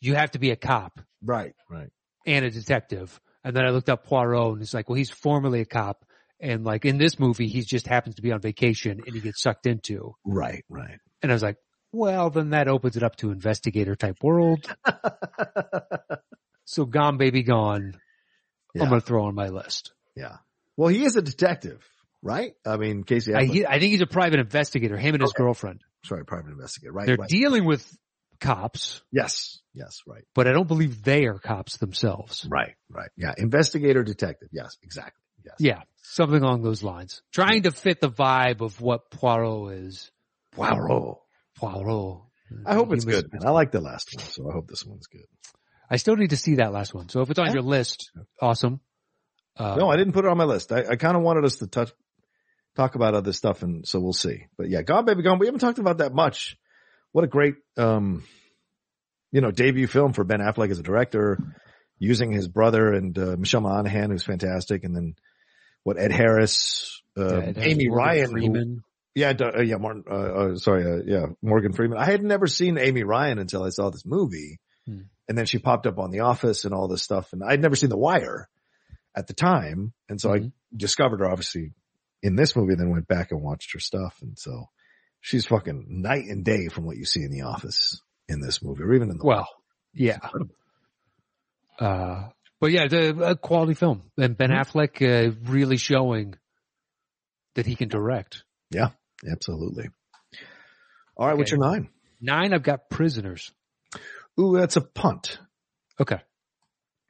S2: you have to be a cop.
S1: Right. Right.
S2: and a detective. And then I looked up Poirot and it's like, well, he's formerly a cop. And like in this movie, he just happens to be on vacation and he gets sucked into.
S1: Right, right.
S2: And I was like, well, then that opens it up to investigator type world. so gone, baby, gone.
S1: Yeah.
S2: I'm going to throw on my list.
S1: Yeah. Well, he is a detective, right? I mean, Casey.
S2: I,
S1: Affleck-
S2: he, I think he's a private investigator, him and his
S1: Okay.
S2: girlfriend.
S1: sorry, private investigator. Right.
S2: They're
S1: right.
S2: dealing with cops,
S1: yes. Yes. Right.
S2: but I don't believe they are cops themselves.
S1: Right. Right. Yeah. Investigator, detective. Yes. Exactly. Yes.
S2: Yeah, something along those lines. Trying to fit the vibe of what Poirot is.
S1: Poirot.
S2: Poirot.
S1: I hope it's
S2: He was-
S1: good. man. I like the last one, so I hope this one's good.
S2: I still need to see that last one. So if it's on your list, awesome. Uh,
S1: No, I didn't put it on my list. I, I kind of wanted us to touch, talk about other stuff, and so we'll see. But yeah, God Baby Gone. We haven't talked about that much. What a great, um, you know, debut film for Ben Affleck as a director, using his brother and uh, Michelle Monaghan, who's fantastic, and then what Ed Harris,
S2: yeah,
S1: uh,
S2: it has
S1: Amy
S2: Morgan
S1: Ryan, who-
S2: Freeman.
S1: yeah, d- uh, yeah, Martin, uh, uh, sorry, uh, yeah, Morgan Freeman. I had never seen Amy Ryan until I saw this movie.
S2: Hmm.
S1: And then she popped up on The Office and all this stuff. And I'd never seen The Wire at the time. And so I
S2: Mhm.
S1: discovered her obviously in this movie and then went back and watched her stuff. And so she's fucking night and day from what you see in The Office in this movie or even in the
S2: Well, yeah. Uh, but yeah, the a quality film and Ben
S1: Mm-hmm.
S2: Affleck uh, really showing that he can direct.
S1: Absolutely. All right. What's
S2: Okay.
S1: your nine?
S2: Nine, I've got Prisoners.
S1: Ooh, that's a punt.
S2: Okay.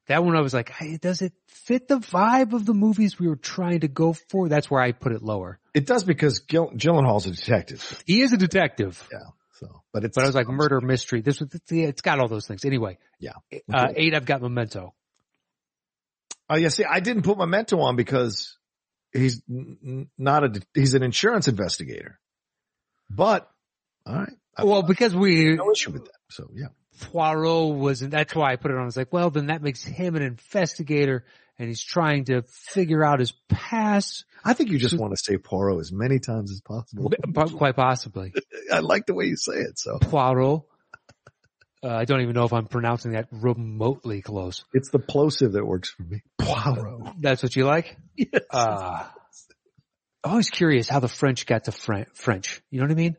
S2: That one I was like, hey, does it fit the vibe of the movies we were trying to go for? That's where I put it lower.
S1: It does because Gil- Gyllenhaal's a detective.
S2: He is a detective,
S1: So, but it's,
S2: but I was like murder mystery. This was, it's got all those things. Anyway.
S1: Yeah.
S2: Uh, eight, I've got Memento.
S1: Oh yeah, see, I didn't put Memento on because he's n- n- not a he's an insurance investigator. But all right, I
S2: Well, because we,
S1: no issue with that. So yeah,
S2: Poirot wasn't, that's why I put it on. I was like, well, then that makes him an investigator and he's trying to figure out his past,
S1: I think you just want to say Poirot as many times as possible.
S2: but quite possibly.
S1: I like the way you say it. So
S2: Poirot. Uh, I don't even know if I'm pronouncing that remotely close.
S1: it's the plosive that works for me. Poirot.
S2: That's what you like? Uh, always curious how the French got to Fran- French. You know what I mean?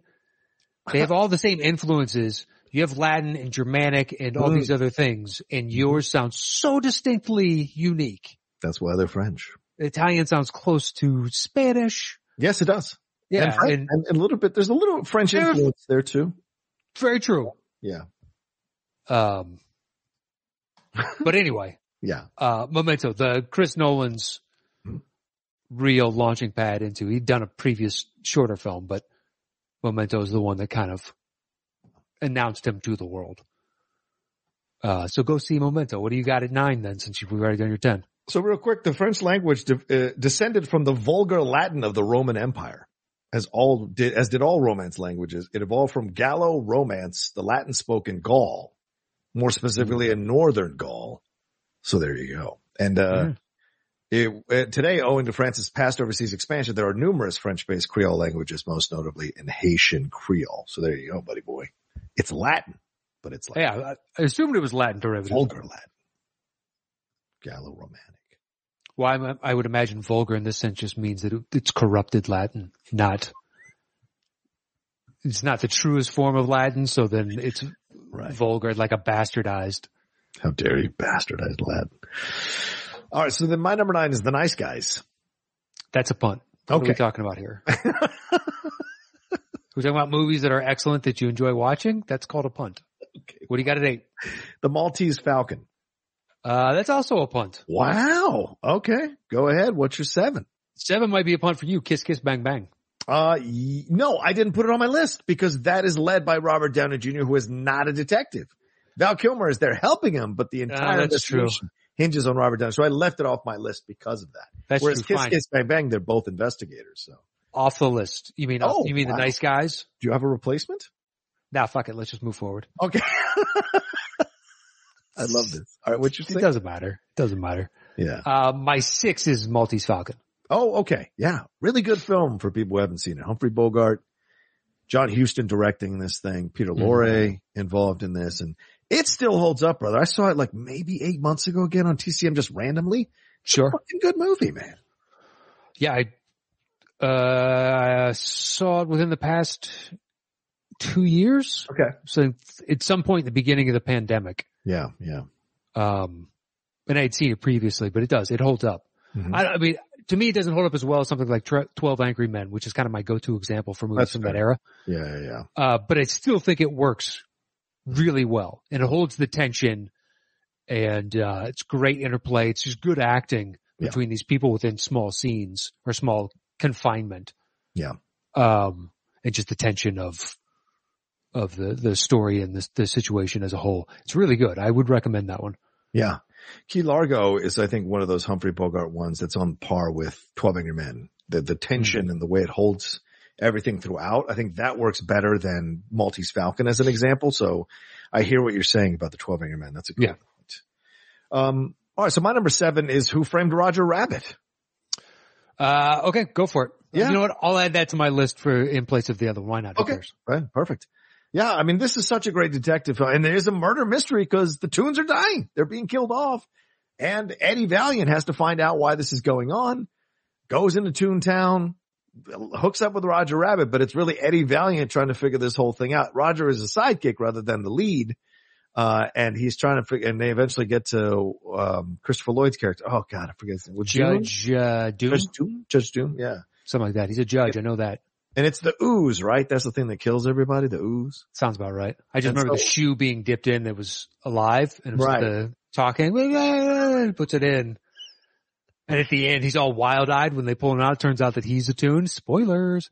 S2: They have all the same influences. You have Latin and Germanic and all these other things,
S1: Mm-hmm.
S2: and yours sounds so distinctly unique.
S1: That's why they're French.
S2: Italian sounds close to Spanish.
S1: Yes, it does.
S2: Yeah,
S1: and, French,
S2: and
S1: and, and a little bit. There's a little French
S2: There's-
S1: influence there too.
S2: very true.
S1: Yeah,
S2: Um, but anyway,
S1: yeah.
S2: uh, Memento, the Chris Nolan's real launching pad into. He'd done a previous shorter film, but Memento is the one that kind of announced him to the world. Uh, so go see Memento. What do you got at nine then, since you've already done your ten?
S1: So real quick, the French language de- uh, descended from the vulgar Latin of the Roman Empire, as all did, as did all Romance languages. It evolved from Gallo-Romance, the Latin spoken Gaul, more specifically in northern Gaul. So there you go. And uh, it, uh, today, owing to France's past overseas expansion, there are numerous French-based Creole languages, most notably in Haitian Creole. So there you go, buddy boy. It's Latin, but it's like
S2: Yeah, I assumed it was Latin derivative.
S1: vulgar Latin, Gallo-Romantic.
S2: Why? Well, I I would imagine vulgar in this sense just means that it- it's corrupted Latin, not. It's not the truest form of Latin, so then it's
S1: Right.
S2: vulgar, like a bastardized.
S1: How dare you bastardize lad. All right. So then my number nine is the nice guys.
S2: That's a punt. What are we
S1: Okay.
S2: talking about here? We're talking about movies that are excellent that you enjoy watching. That's called a punt.
S1: Okay.
S2: What do you got at eight?
S1: The Maltese Falcon.
S2: Uh, that's also a punt.
S1: Wow. Okay. Go ahead. What's your seven?
S2: Seven might be a punt for you. Kiss, kiss, bang, bang.
S1: Uh, y- no, I didn't put it on my list because that is led by Robert Downey Jr., who is not a detective. Val Kilmer is there helping him, but the entire
S2: Uh, that's true.
S1: investigation hinges on Robert Downey. So I left it off my list because of that.
S2: That's
S1: Whereas
S2: true.
S1: Kiss
S2: Fine.
S1: Kiss Bang Bang, they're both investigators. So
S2: Off the list. You mean, uh,
S1: Oh,
S2: you mean
S1: wow.
S2: the nice guys?
S1: do you have a replacement?
S2: Nah, fuck it. Let's just move forward.
S1: Okay. I love this. All right. What's your
S2: It
S1: six?
S2: doesn't matter. It doesn't matter.
S1: Yeah.
S2: Uh, my six is Maltese Falcon.
S1: Oh, okay. Yeah. Really good film for people who haven't seen it. Humphrey Bogart, John Huston directing this thing, Peter
S2: Mhm.
S1: Lorre involved in this. And It still holds up, brother. I saw it like maybe eight months ago again on TCM just randomly.
S2: Sure.
S1: Fucking good movie, man.
S2: Yeah, I uh, saw it within the past two years.
S1: Okay.
S2: So at some point, at the beginning of the pandemic,
S1: Yeah. Yeah.
S2: um, and I had seen it previously, but it does. It holds up.
S1: Mhm.
S2: I, I mean, to me, it doesn't hold up as well as something like Tre- Twelve Angry Men, which is kind of my go-to example for movies
S1: That's
S2: from
S1: fair.
S2: that era.
S1: Yeah. Yeah.
S2: Uh, but I still think it works really well and it holds the tension and, uh, it's great interplay. It's just good acting
S1: Yeah.
S2: between these people within small scenes or small confinement.
S1: Yeah.
S2: Um, and just the tension of, of the, the story and the, the situation as a whole. It's really good. I would recommend that one.
S1: Yeah. Key Largo is, I think, one of those Humphrey Bogart ones that's on par with 12 Angry Men. The, the tension and the way it holds everything throughout. I think that works better than Maltese Falcon as an example. So I hear what you're saying about the 12 Angry Men. That's a good
S2: Yeah.
S1: point. Um, all right. So my number seven is Who Framed Roger Rabbit?
S2: Uh, okay. Go for it.
S1: Yeah.
S2: You know what? I'll add that to my list for in place of the other. one. Why not? Who
S1: Okay.
S2: cares?
S1: Right. Perfect. Yeah. I mean, this is such a great detective film and there is a murder mystery because the Toons are dying. They're being killed off and Eddie Valiant has to find out why this is going on, goes into Toontown, hooks up with Roger Rabbit, but it's really Eddie Valiant trying to figure this whole thing out. Roger is a sidekick rather than the lead. Uh, and he's trying to figure, and they eventually get to, um, Christopher Lloyd's character. Oh God, I forget. his name. Well, Doom?
S2: Judge, uh, Doom,
S1: Judge Doom? Judge Doom? Yeah.
S2: something like that. He's a judge. I know that.
S1: And it's the ooze, right? That's the thing that kills everybody, the ooze.
S2: Sounds about right. I just
S1: And
S2: remember
S1: so-
S2: the shoe being dipped in that was alive and it was
S1: Right.
S2: the talking, puts it in. And at the end, he's all wild eyed when they pull him out. Turns out that he's a tune. Spoilers.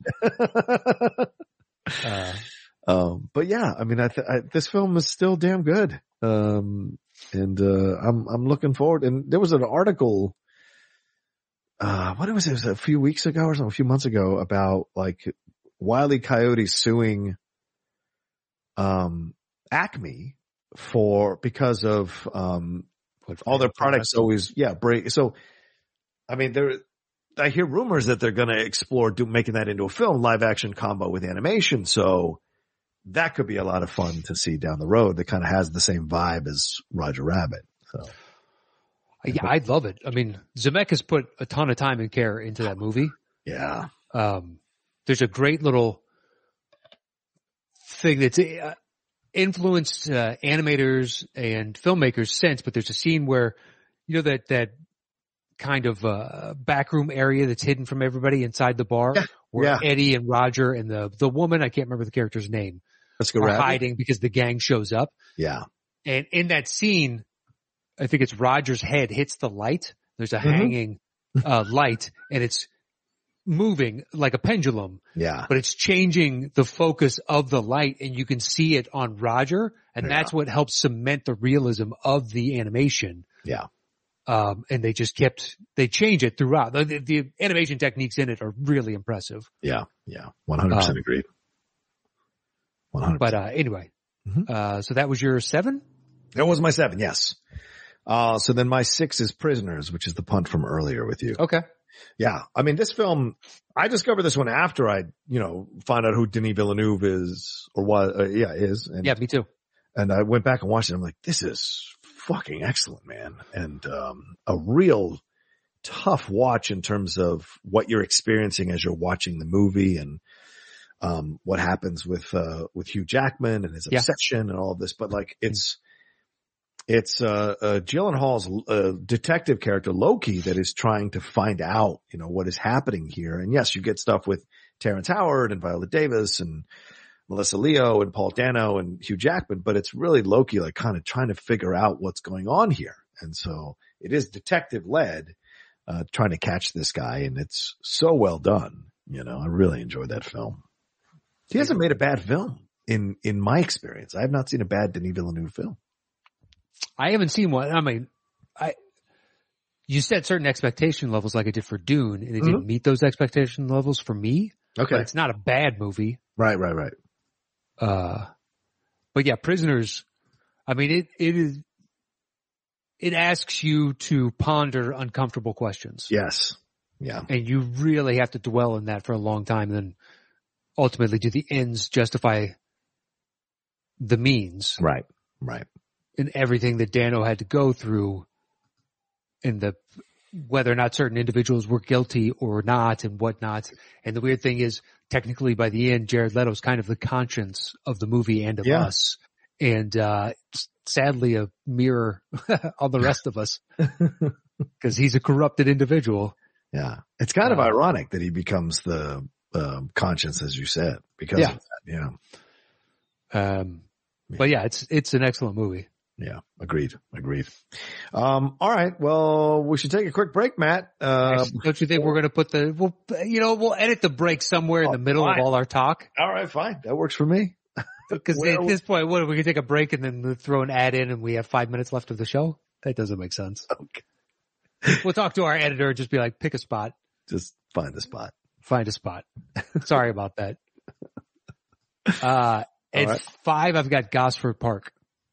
S2: Uh,
S1: um, but yeah, I mean, I, th- I this film is still damn good. Um, and uh, I'm I'm looking forward. And there was an article. Uh, what was it? It was a few weeks ago or something, a few months ago about like Wiley Coyote suing, um, Acme for because of um
S2: what-
S1: all their products always yeah break so i mean there i hear rumors that they're going to explore do, making that into a film live action combo with animation so that could be a lot of fun to see down the road that kind of has the same vibe as roger rabbit so
S2: Yeah, I love it. I mean, Zemeckis put a ton of time and care into that movie.
S1: yeah
S2: um, there's a great little thing that's uh, influenced uh, animators and filmmakers since, but there's a scene where, you know, that, that kind of uh, backroom area that's hidden from everybody inside the bar
S1: Yeah.
S2: where
S1: Yeah.
S2: Eddie and Roger and the, the woman, I can't remember the character's name,
S1: let's go
S2: are
S1: rabbit
S2: hiding because the gang shows up.
S1: yeah
S2: And in that scene, I think it's Roger's head hits the light. There's a
S1: Mhm.
S2: hanging uh, light and it's moving like a pendulum
S1: yeah
S2: but it's changing the focus of the light and you can see it on Roger. And
S1: Yeah.
S2: that's what helps cement the realism of the animation.
S1: Yeah.
S2: Um, and they just kept, they change it throughout. The, the, the animation techniques in it are really impressive.
S1: yeah yeah 100%
S2: Um,
S1: agreed 100%
S2: But, uh, anyway,
S1: Mhm.
S2: uh, so that was your seven?
S1: that was my seven yes uh so then my six is prisoners which is the punt from earlier with you
S2: Okay.
S1: Yeah. I mean, this film, I discovered this one after I, you know, found out who Denis Villeneuve is or was, uh, yeah, is. And,
S2: Yeah, me too.
S1: and I went back and watched it. I'm like, this is fucking excellent, man. And, um, a real tough watch in terms of what you're experiencing as you're watching the movie and, um, what happens with, uh, with Hugh Jackman and his
S2: Yeah.
S1: obsession and all of this. But like, it's, it's, uh, uh, Gyllenhaal's, uh, detective character Loki that is trying to find out, you know, what is happening here. And yes, you get stuff with Terrence Howard and Viola Davis and, Melissa Leo and Paul Dano and Hugh Jackman, but it's really Loki like kind of trying to figure out what's going on here. And so it is detective led, uh, trying to catch this guy and it's so well done. You know, I really enjoyed that film. He hasn't made a bad film in, in my experience. I have not seen a bad Denis Villeneuve film.
S2: I haven't seen one. I mean, I, you set certain expectation levels like I did for Dune and it didn't meet those expectation levels for me, but it's not a bad movie.
S1: Right, right, right.
S2: uh but yeah prisoners i mean it it is it asks you to ponder uncomfortable questions
S1: Yes. Yeah.
S2: and you really have to dwell in that for a long time and then ultimately do the ends justify the means
S1: Right. Right.
S2: and everything that Dano had to go through and the, whether or not certain individuals were guilty or not and whatnot. And the weird thing is technically by the end, Jared Leto's kind of the conscience of the movie and of
S1: Yeah.
S2: us. And, uh, sadly a mirror on the rest of us because he's a corrupted individual.
S1: Yeah.
S3: It's kind of
S2: Uh,
S3: ironic that he becomes the um, conscience, as you said, because
S2: Yeah.
S3: of that. Yeah.
S2: Um, but yeah, it's, it's an excellent movie.
S3: Yeah. Agreed. Agreed.
S1: Um, all right. Well, we should take a quick break, Matt. Uh,
S2: Actually, don't you think we're going to put the, we'll, you know, we'll edit the break somewhere in the
S1: Oh,
S2: middle
S1: fine.
S2: of all our talk.
S1: all right. Fine. That works for me.
S2: Because
S1: Well-
S2: at this point, what we can take a break and then throw an ad in, and we have five minutes left of the show. That doesn't make sense. We'll talk to our editor and just be like, pick a spot,
S1: Just find the spot.
S2: find a spot. Sorry about that. Uh, at
S1: right.
S2: five, I've got Gosford Park.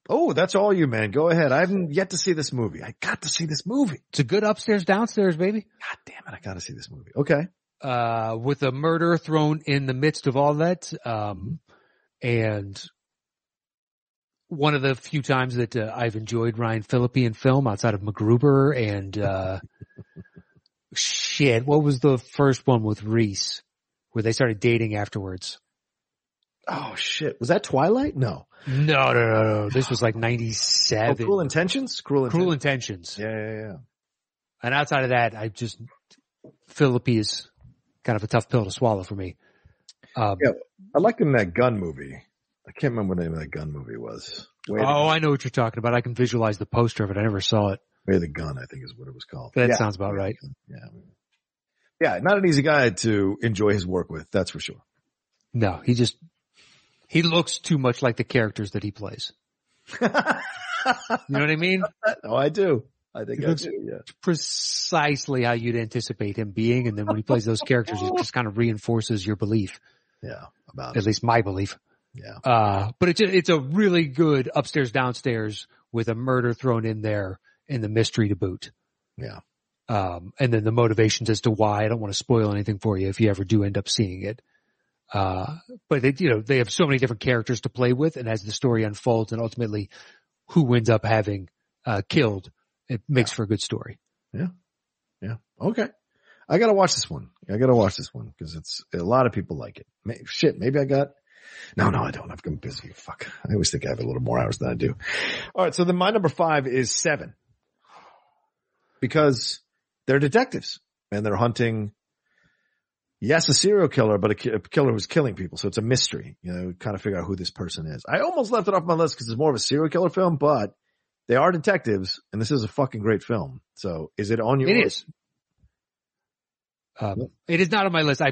S1: Oh, that's all you, man. Go ahead. I haven't yet to see this movie. I got to see this movie.
S2: It's a good upstairs downstairs, baby.
S1: God damn it. I got to see this movie. Okay.
S2: Uh, with a murder thrown in the midst of all that, um, and one of the few times that uh, I've enjoyed Ryan Phillippe in film outside of MacGruber and uh, shit. What was the first one with Reese where they started dating afterwards?
S1: Oh shit. Was that Twilight? No.
S2: No, no, no, no. This was like
S1: Oh,
S2: '97.
S1: Cruel Intentions? Cruel Intentions.
S2: Cruel Intentions.
S1: yeah, yeah, yeah.
S2: And outside of that, I just Phillippe is kind of a tough pill to swallow for me. Um,
S1: Yeah, I liked him in that gun movie. I can't remember what the name of that gun movie was. Way,
S2: oh,
S1: the,
S2: I know what you're talking about. I can visualize the poster of it. I never saw it.
S1: Way of the Gun, I think is what it was called.
S2: That
S1: yeah.
S2: sounds about right.
S1: Yeah. Yeah, not an easy guy to enjoy his work with, that's for sure.
S2: No, he just he looks too much like the characters that he plays. You know what I mean?
S1: oh, I do. I think
S2: He
S1: I
S2: looks-
S1: do, yeah.
S2: Precisely how you'd anticipate him being, and then when he plays those characters, it just kind of reinforces your belief,
S1: Yeah, about it.
S2: at least my belief.
S1: Yeah.
S2: Uh, but it's it's a really good upstairs downstairs with a murder thrown in there and the mystery to boot.
S1: Yeah.
S2: Um, and then the motivations as to why. I don't want to spoil anything for you if you ever do end up seeing it. Uh, but they, you know, they have so many different characters to play with. And as the story unfolds and ultimately who ends up having, uh, killed, it makes for a good story.
S1: Okay. I gotta watch this one. I gotta watch this one because it's a lot of people like it. May, shit, maybe I got. No, no, I don't. I've been busy. Fuck. I always think I have a little more hours than I do. All right. So then my number five is seven because they're detectives and they're hunting. Yes, a serial killer, but a, ki- a killer who's killing people. So it's a mystery, you know, kind of figure out who this person is. I almost left it off my list because it's more of a serial killer film, but they are detectives and this is a fucking great film. So is it on your
S2: It
S1: list?
S2: is. Um, it is not on my list. I,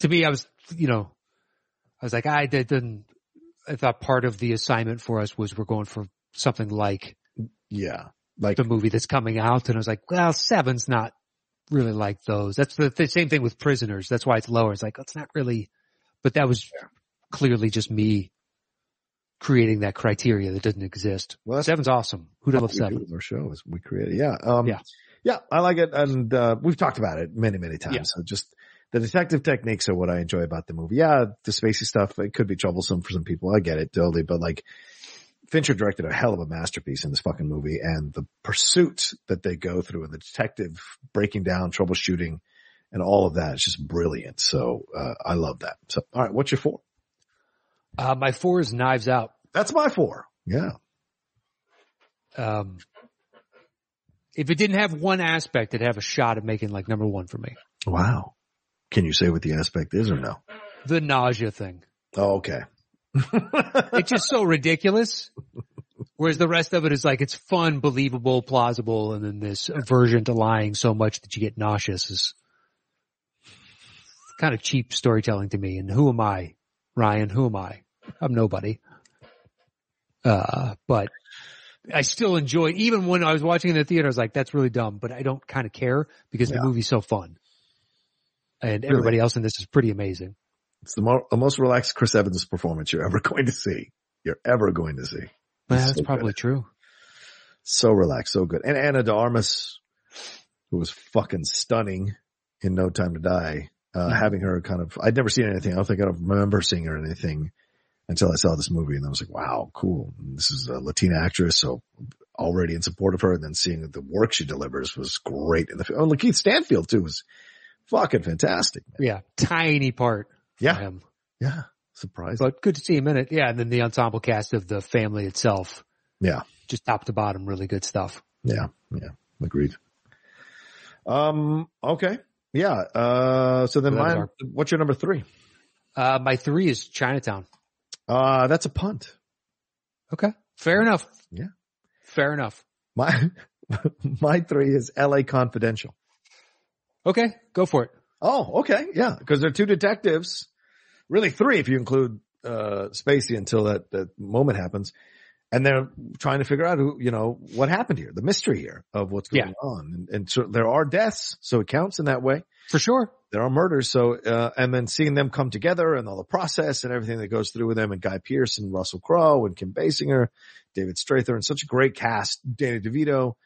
S2: to me, I was, you know, I was like, I didn't, I thought part of the assignment for us was we're going for something like
S1: Yeah. Like,
S2: the movie that's coming out. And I was like, well, seven's not really like those. That's the, the same thing with prisoners. That's why it's lower. It's like, it's not really, but that was clearly just me creating that criteria that doesn't exist.
S1: well, that's
S2: Seven's awesome. Who doesn't love
S1: what we do
S2: seven?
S1: with our show is we create. Yeah. Um, yeah.
S2: Yeah.
S1: I like it. And, uh, we've talked about it many, many times.
S2: Yeah.
S1: So just the detective techniques are what I enjoy about the movie. Yeah. The spacey stuff, it could be troublesome for some people. I get it totally. But like Fincher directed a hell of a masterpiece in this fucking movie and the pursuit that they go through and the detective breaking down, troubleshooting and all of that is just brilliant. So, uh, I love that. So, all right. What's your four?
S2: Uh, my four is knives out.
S1: That's my four. Yeah.
S2: Um, if it didn't have one aspect, it'd have a shot at making like number one for me.
S1: Wow. Uh, Can you say what the aspect is or no?
S2: The nausea thing.
S1: Oh, okay.
S2: It's just so ridiculous. Whereas the rest of it is like, it's fun, believable, plausible. And then this aversion to lying so much that you get nauseous is kind of cheap storytelling to me. And who am I? Ryan, who am I? I'm nobody. Uh, but I still enjoy, even when I was watching in the theater, I was like, that's really dumb, but I don't kind of care because
S1: Yeah.
S2: the movie's so fun. And
S1: Really?
S2: everybody else in this is pretty amazing.
S1: It's the, mo- the most relaxed Chris Evans performance you're ever going to see. You're ever going to see.
S2: Well,
S1: It's
S2: that's
S1: so good.
S2: probably true.
S1: So relaxed, so good. And Anna de Armas, who was fucking stunning in No Time to Die, uh, having her kind of, I'd never seen anything. I don't think I don't remember seeing her in anything until I saw this movie and I was like, wow, cool. This is a Latina actress. So already in support of her and then seeing the work she delivers was great. And the, oh, and Keith Stanfield too was fucking fantastic. man.
S2: Yeah. Tiny part. for
S1: Yeah.
S2: him.
S1: Yeah. Surprise.
S2: But good to see him in it. Yeah. And then the ensemble cast of the family itself.
S1: Yeah.
S2: Just top to bottom, really good stuff.
S1: Yeah. Yeah. Agreed. Um, okay. Yeah. Uh, so then
S2: That was
S1: mine,
S2: our-
S1: what's your number three?
S2: Uh, my three is Chinatown.
S1: Uh, that's a punt.
S2: Okay. Fair enough.
S1: Yeah.
S2: Fair enough.
S1: My, my three is LA confidential.
S2: Okay. Go for it.
S1: Oh, okay. Yeah. Cause they're two detectives, really three, if you include, uh, Spacey until that, that moment happens. And they're trying to figure out who, you know, what happened here, the mystery here of what's going
S2: Yeah.
S1: on. And, and so there are deaths. So it counts in that way.
S2: For sure.
S1: there are murders. So, uh, and then seeing them come together and all the process and everything that goes through with them and Guy Pearce and Russell Crowe and Kim Basinger, David Strather and such a great cast, Danny DeVito,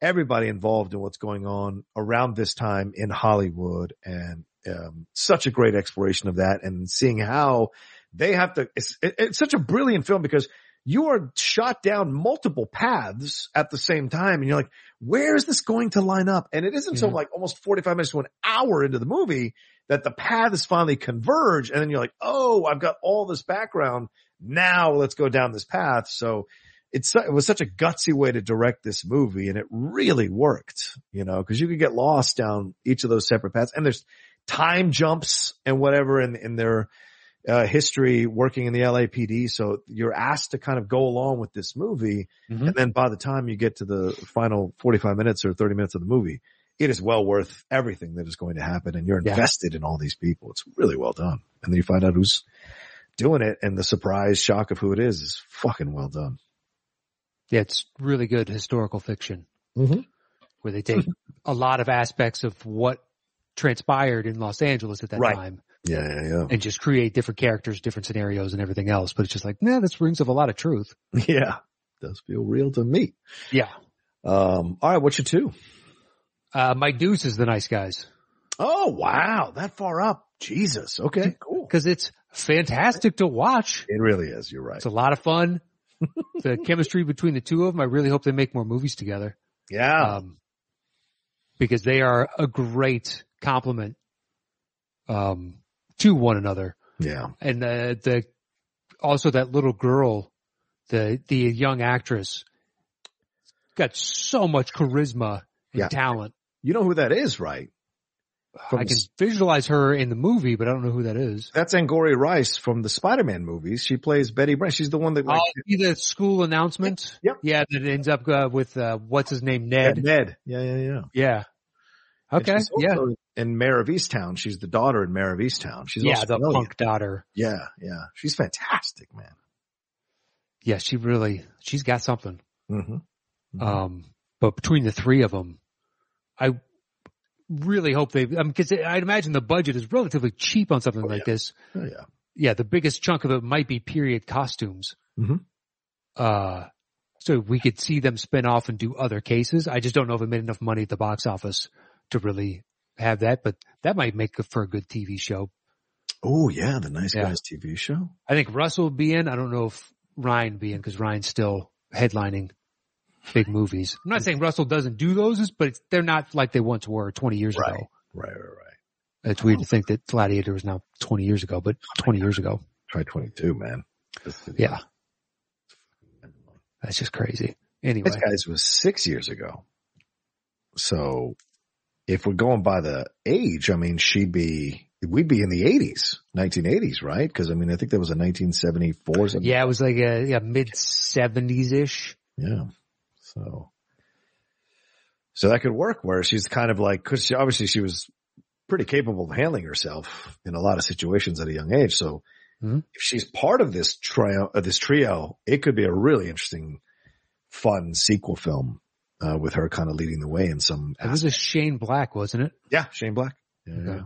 S1: everybody involved in what's going on around this time in Hollywood and, um, such a great exploration of that and seeing how they have to, it's, it, it's such a brilliant film because you are shot down multiple paths at the same time and you're like, where is this going to line up? And it isn't until
S2: Mhm.
S1: like almost 45 minutes to an hour into the movie that the paths finally converge. And then you're like, Oh, I've got all this background. Now let's go down this path. So it's, su- it was such a gutsy way to direct this movie and it really worked, you know, cause you could get lost down each of those separate paths and there's time jumps and whatever in, in their, uh, history working in the LAPD. So you're asked to kind of go along with this movie.
S2: Mhm.
S1: And then by the time you get to the final 45 minutes or 30 minutes of the movie, it is well worth everything that is going to happen. And you're
S2: Yeah.
S1: invested in all these people. It's really well done. And then you find out who's doing it and the surprise shock of who it is is fucking well done.
S2: Yeah. It's really good historical fiction
S1: Mhm.
S2: where they take a lot of aspects of what transpired in Los Angeles at that
S1: Right.
S2: time
S1: Yeah. Yeah. Yeah.
S2: and just create different characters, different scenarios and everything else. But it's just like, nah, this rings of a lot of truth.
S1: Yeah. Does feel real to me.
S2: Yeah.
S1: Um, all right. What's your two?
S2: Uh, Mike Deuce is the nice guys
S1: Oh, wow. That far up. Jesus. Okay. Cool.
S2: because it's fantastic to watch.
S1: It really is. You're right.
S2: It's a lot of fun. the chemistry between the two of them. I really hope they make more movies together.
S1: yeah.
S2: Um, because they are a great complement, um, to one another.
S1: yeah.
S2: And the, the, also that little girl, the, the young actress got so much charisma and
S1: Yeah.
S2: talent.
S1: You know who that is, right? From
S2: I
S1: the
S2: can
S1: s-
S2: visualize her in the movie, but I don't know who that is.
S1: That's Angori Rice from the Spider-Man movies. She plays Betty Brant. She's the one that like
S2: oh, see the school announcement.
S1: Yep.
S2: Yeah, that ends up uh, with uh, what's his name, Ned.
S1: Ned. Ned. Yeah, yeah, yeah.
S2: Yeah. Okay.
S1: And she's
S2: Yeah.
S1: also In Mayor of Easttown, she's the daughter in Mayor of Easttown. She's
S2: Yeah,
S1: also
S2: the
S1: brilliant.
S2: punk daughter.
S1: Yeah, yeah. She's fantastic, man.
S2: Yeah, she really she's got something.
S1: hmm
S2: Um, but between the three of them, I really hope they. I mean, because I'd imagine the budget is relatively cheap on something
S1: Oh,
S2: like this.
S1: Oh, yeah.
S2: Yeah, the biggest chunk of it might be period costumes.
S1: Mhm.
S2: Uh, so we could see them spin off and do other cases. I just don't know if it made enough money at the box office to really have that, but that might make for a good TV show.
S1: Oh yeah, the Nice
S2: Yeah.
S1: Guys TV show.
S2: I think Russell will be in. I don't know if Ryan will be in because Ryan's still headlining big movies. I'm not saying Russell doesn't do those, but it's, they're not like they once were 20 years
S1: Right.
S2: ago.
S1: Right, right, right.
S2: It's weird to think that Gladiator was now 20 years ago, but 20 years ago.
S1: Try 22, man.
S2: Yeah. That's just crazy. Anyway,
S1: Nice Guys was six years ago. So if we're going by the age, I mean, she'd be, we'd be in the eighties, 1980s, right? Cause I mean, I think that was a 1974. something.
S2: yeah, it was like a yeah, mid 70s ish.
S1: Yeah. So, so that could work where she's kind of like, cause she, obviously she was pretty capable of handling herself in a lot of situations at a young age. So
S2: Mhm.
S1: if she's part of this trio, uh, this trio, it could be a really interesting, fun sequel film, uh, with her kind of leading the way in some.
S2: It was a Shane Black, wasn't it?
S1: Yeah, Shane Black. Yeah.
S2: Okay.
S1: yeah.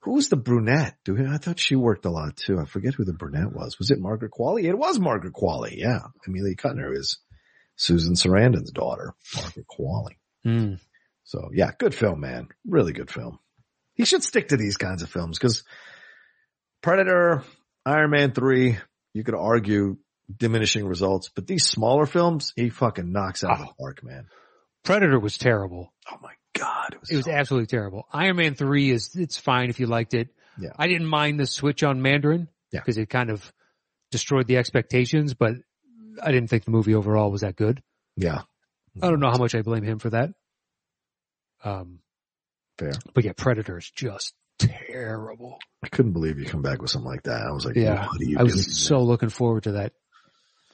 S1: Who's the brunette? Do we, I thought she worked a lot too. I forget who the brunette was. Was it Margaret Qualley? It was Margaret Qualley. Yeah, Amelia Cutner is Susan Sarandon's daughter, Margaret Qualley.
S2: Mm.
S1: So yeah, good film, man. Really good film. He should stick to these kinds of films because Predator, Iron Man 3, you could argue diminishing results, but these smaller films, he fucking knocks out of the park, man.
S2: Predator was terrible.
S1: Oh my God. It was,
S2: It was
S1: so-
S2: absolutely terrible. Iron Man 3 is, it's fine if you liked it.
S1: Yeah.
S2: I didn't mind the switch on Mandarin
S1: Yeah.
S2: because it kind of destroyed the expectations, but I didn't think the movie overall was that good.
S1: yeah,
S2: I don't know how much I blame him for that. Um,
S1: Fair.
S2: But yeah, Predator is just terrible.
S1: I couldn't believe you come back with something like that. I was like,
S2: Yeah.
S1: what are you
S2: I
S1: doing?
S2: was so looking forward to that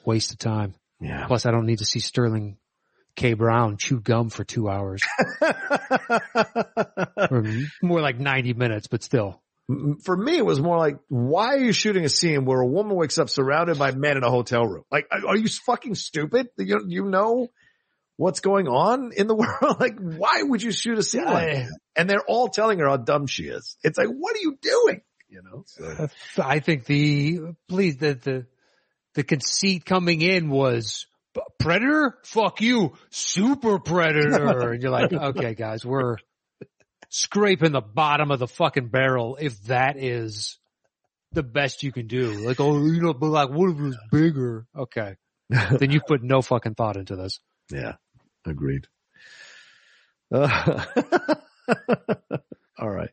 S2: waste of time.
S1: yeah.
S2: Plus I don't need to see Sterling K. Brown chew gum for two hours or more like 90 minutes, but still.
S1: For me, it was more like, why are you shooting a scene where a woman wakes up surrounded by men in a hotel room? Like, are are you fucking stupid? You, you know what's going on in the world? Like, why would you shoot a scene like that?
S2: I-
S1: and they're all telling her how dumb she is. It's like, what are you doing? You know, so,
S2: I think the please the the the conceit coming in was "P- predator. Fuck you, super predator. and you're like, okay, guys, we're scraping the bottom of the fucking barrel. If that is the best you can do, like, oh, you know, but like, what if it was bigger? Okay, then you put no fucking thought into this.
S1: yeah, agreed. Uh, all right.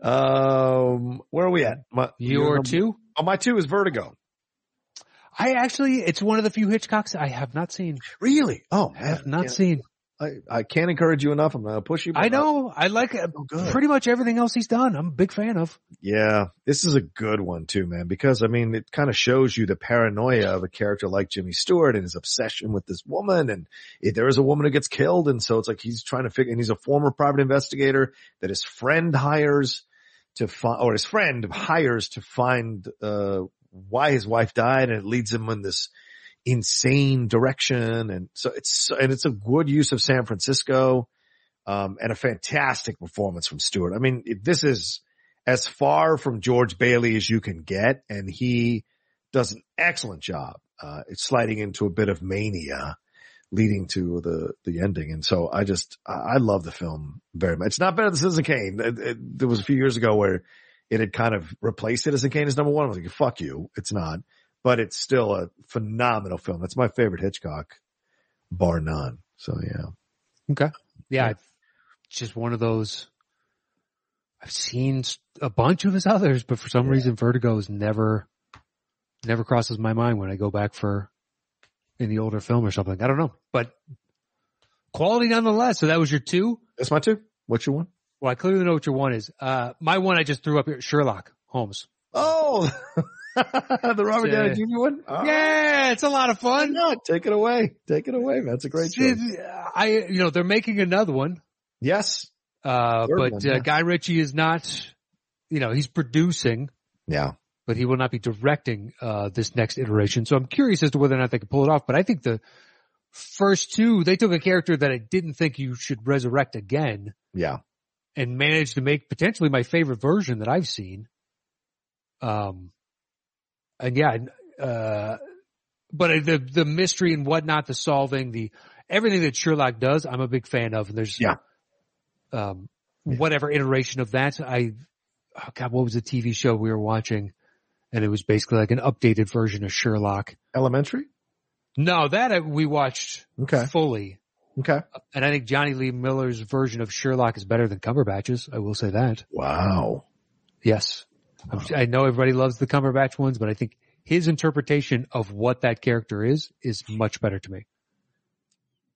S1: Um, where are we at? My,
S2: Your
S1: number-
S2: two.
S1: Oh, my two is Vertigo.
S2: I actually, it's one of the few Hitchcocks I have not seen.
S1: Really? Oh,
S2: I have not
S1: yeah.
S2: seen.
S1: I, I can't encourage you enough. I'm going to push you. but
S2: I know. I like uh,
S1: So Oh, good.
S2: pretty much everything else he's done. I'm a big fan of.
S1: Yeah, this is a good one too, man, because I mean, it kind of shows you the paranoia of a character like Jimmy Stewart and his obsession with this woman. And if there is a woman who gets killed. And so it's like he's trying to figure, and he's a former private investigator that his friend hires to find, or his friend hires to find, uh, why his wife died and it leads him in this insane direction. And so it's, and it's a good use of San Francisco. Um, and a fantastic performance from Stewart. I mean, it- this is, as far from George Bailey as you can get, and he does an excellent job. Uh, it's sliding into a bit of mania, leading to the the ending. And so I just I I love the film very much. It's not better than Citizen Kane. It- it- there was a few years ago where it had kind of replaced Citizen Kane as number one. I was like, fuck you, it's not. But it's still a phenomenal film. That's my favorite Hitchcock, bar none. So yeah.
S2: yeah,
S1: Yeah.
S2: it's just one of those. I've seen s- a bunch of his others, but for some
S1: Yeah.
S2: reason, Vertigo is never, never crosses my mind when I go back for in the older film or something. I don't know, but quality nonetheless. So that was your two.
S1: That's my two. What's your one?
S2: Well, I clearly know what your one is. Uh, my one I just threw up here, Sherlock Holmes.
S1: Oh, the Robert Downey Jr. one?
S2: Oh,
S1: All right.
S2: Yeah, it's a lot of
S1: Why
S2: fun.
S1: not? Take it away. Take it away. That's a great
S2: See,
S1: choice.
S2: I, you know, they're making another one.
S1: Yes.
S2: Uh,
S1: Third
S2: but
S1: one,
S2: uh,
S1: yeah.
S2: Guy Ritchie is not, you know, he's producing,
S1: Yeah.
S2: but he will not be directing uh, this next iteration. So I'm curious as to whether or not they can pull it off. But I think the first two, they took a character that I didn't think you should resurrect again
S1: Yeah.
S2: and managed to make potentially my favorite version that I've seen. Um, and yeah, uh, but the the mystery and whatnot, the solving, the everything that Sherlock does, I'm a big fan of. And there's
S1: Yeah.
S2: um,
S1: Yeah.
S2: whatever iteration of that. I oh god, what was the TV show we were watching? And it was basically like an updated version of Sherlock.
S1: Elementary.
S2: No, that uh, we watched
S1: Okay.
S2: fully.
S1: Okay.
S2: And I think Johnny Lee Miller's version of Sherlock is better than Cumberbatch's. I will say that.
S1: Wow.
S2: Yes. I'm, I know everybody loves the Cumberbatch ones, but I think his interpretation of what that character is is much better to me. It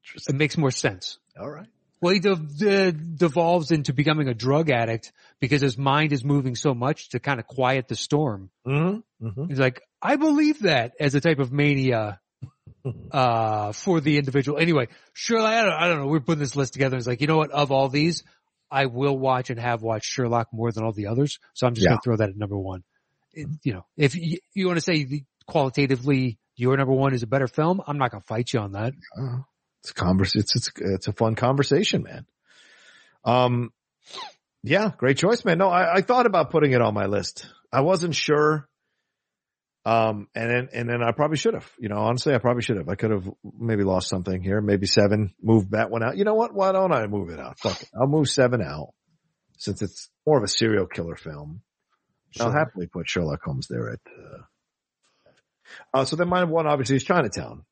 S1: Interesting.
S2: makes more sense.
S1: All right.
S2: Well, he de- de- devolves into becoming a drug addict because his mind is moving so much to kind of quiet the storm.
S1: Mm-hmm. Mm-hmm.
S2: He's like, I believe that as a type of mania uh, for the individual. Anyway, Sherlock, I don't, I don't know. We're putting this list together. It's like, you know what? Of all these, I will watch and have watched Sherlock more than all the others. So I'm just
S1: Yeah.
S2: going to throw that at number one. It- you know, if you, you want to say the, qualitatively your number one is a better film, I'm not going to fight you on that.
S1: Oh, it's a convers. It's it's it's a fun conversation, man. Um, yeah, great choice, man. No, I, I thought about putting it on my list. I wasn't sure. Um, and then and then I probably should have. You know, honestly, I probably should have. I could have maybe lost something here. Maybe seven. Move that one out. You know what? Why don't I move it out? Fuck it. I'll move seven out since it's more of a serial killer film. I'll happily put Sherlock Holmes there at. Uh, uh, so then my one obviously is Chinatown,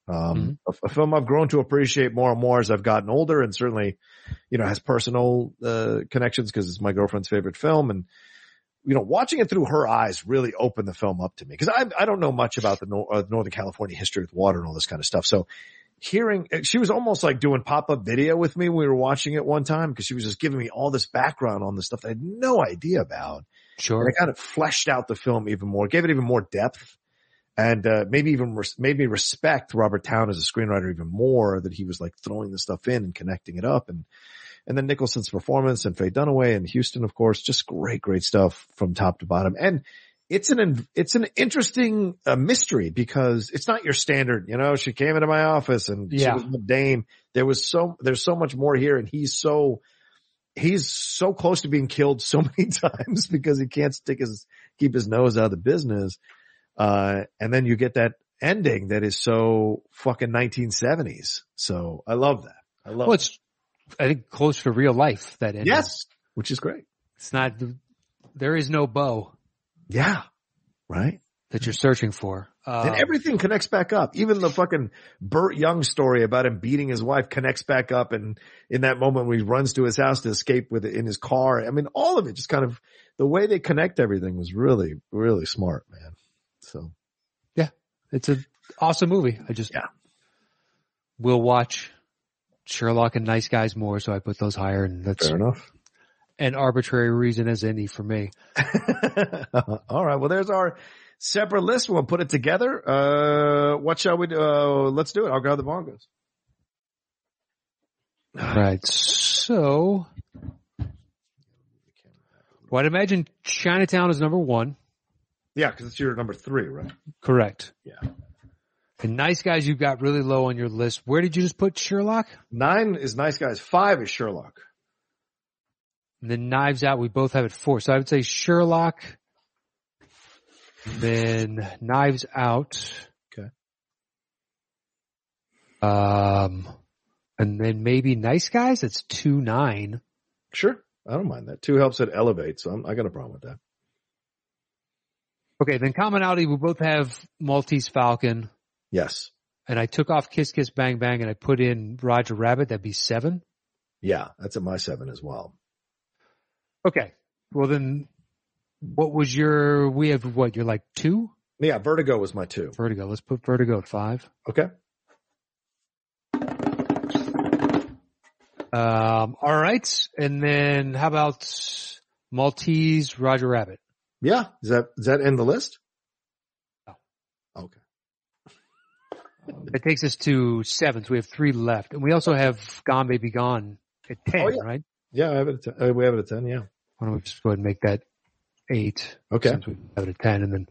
S2: Mhm.
S1: um, a, a film I've grown to appreciate more and more as I've gotten older and certainly, you know, has personal, uh, connections because it's my girlfriend's favorite film. And, you know, watching it through her eyes really opened the film up to me because I, I don't know much about the nor- uh, Northern California history with water and all this kind of stuff. So hearing, uh, she was almost like doing pop up video with me when we were watching it one time because she was just giving me all this background on this stuff that I had no idea about.
S2: Sure.
S1: And it kind of fleshed out the film even more, gave it even more depth, and uh, maybe even res- made me respect Robert Town as a screenwriter even more. That he was like throwing this stuff in and connecting it up, and and then Nicholson's performance and Faye Dunaway and Houston, of course, just great, great stuff from top to bottom. And it's an in- it's an interesting uh, mystery because it's not your standard. You know, she came into my office and
S2: Yeah.
S1: she was a dame. There was so there's so much more here, and he's so he's so close to being killed so many times because he can't stick his keep his nose out of the business. Uh, and then you get that ending that is so fucking 1970s. So I love that. I love
S2: Well, it's I think close to real life that
S1: it.
S2: ending.
S1: Yes, which is great.
S2: It's not. There is no bow
S1: Yeah. Right.
S2: that you're searching for. Um,
S1: and everything connects back up. Even the fucking Burt Young story about him beating his wife connects back up. And in that moment when he runs to his house to escape with it in his car. I mean, all of it just kind of the way they connect everything was really, really smart, man. So
S2: it's an awesome movie. I just
S1: Yeah.
S2: will watch Sherlock and Nice Guys more, so I put those higher, and that's
S1: enough.
S2: an arbitrary reason as any for me.
S1: All right. Well, there's our separate list. We'll put it together. Uh, what shall we do? Uh, let's do it. I'll grab the bongos.
S2: Right. So, well, I'd imagine Chinatown is number one.
S1: Yeah, because it's your number three, right?
S2: Correct.
S1: Yeah.
S2: And Nice Guys you've got really low on your list. Where did you just put Sherlock?
S1: Nine is nice guys. Five is Sherlock.
S2: And then Knives Out, we both have it four. So I would say Sherlock, then Knives Out.
S1: Okay.
S2: Um, and then maybe Nice Guys. That's two nine.
S1: Sure. I don't mind that. Two helps it elevate. So I'm, I got a problem with that.
S2: Okay. Then commonality, we both have Maltese Falcon.
S1: Yes.
S2: And I took off Kiss Kiss Bang Bang and I put in Roger Rabbit. That'd be seven.
S1: Yeah. That's at my seven as well.
S2: Okay. Well then, what was your? We have what? You're like two.
S1: Yeah. Vertigo was my two.
S2: Vertigo. Let's put Vertigo at five.
S1: Okay.
S2: Um, all right. And then how about Maltese Roger Rabbit?
S1: Yeah. Is that, is that in the list?
S2: No.
S1: Okay.
S2: That takes us to seventh. We have three left. And we also have Gone Baby Gone at 10,
S1: Oh, yeah.
S2: right?
S1: Yeah. I have it at 10. Uh, we have it at 10. Yeah.
S2: Why don't we just go ahead and make that eight?
S1: Okay.
S2: Since we have it at 10. And then,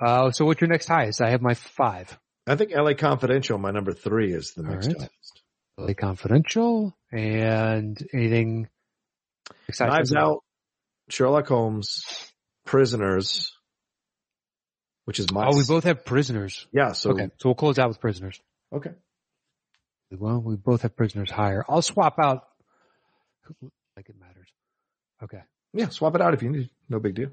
S2: uh, so what's your next highest? I have my five.
S1: I think LA Confidential, my number three is the
S2: All
S1: next
S2: right.
S1: highest.
S2: LA Confidential and anything exciting.
S1: Knives Out, Sherlock Holmes, Prisoners, which is my
S2: Oh, we both have prisoners.
S1: yeah. So
S2: okay. So we'll close out with prisoners.
S1: okay,
S2: Well, we both have prisoners higher. I'll swap out. Like it matters. Okay.
S1: yeah, swap it out if you need. No big deal.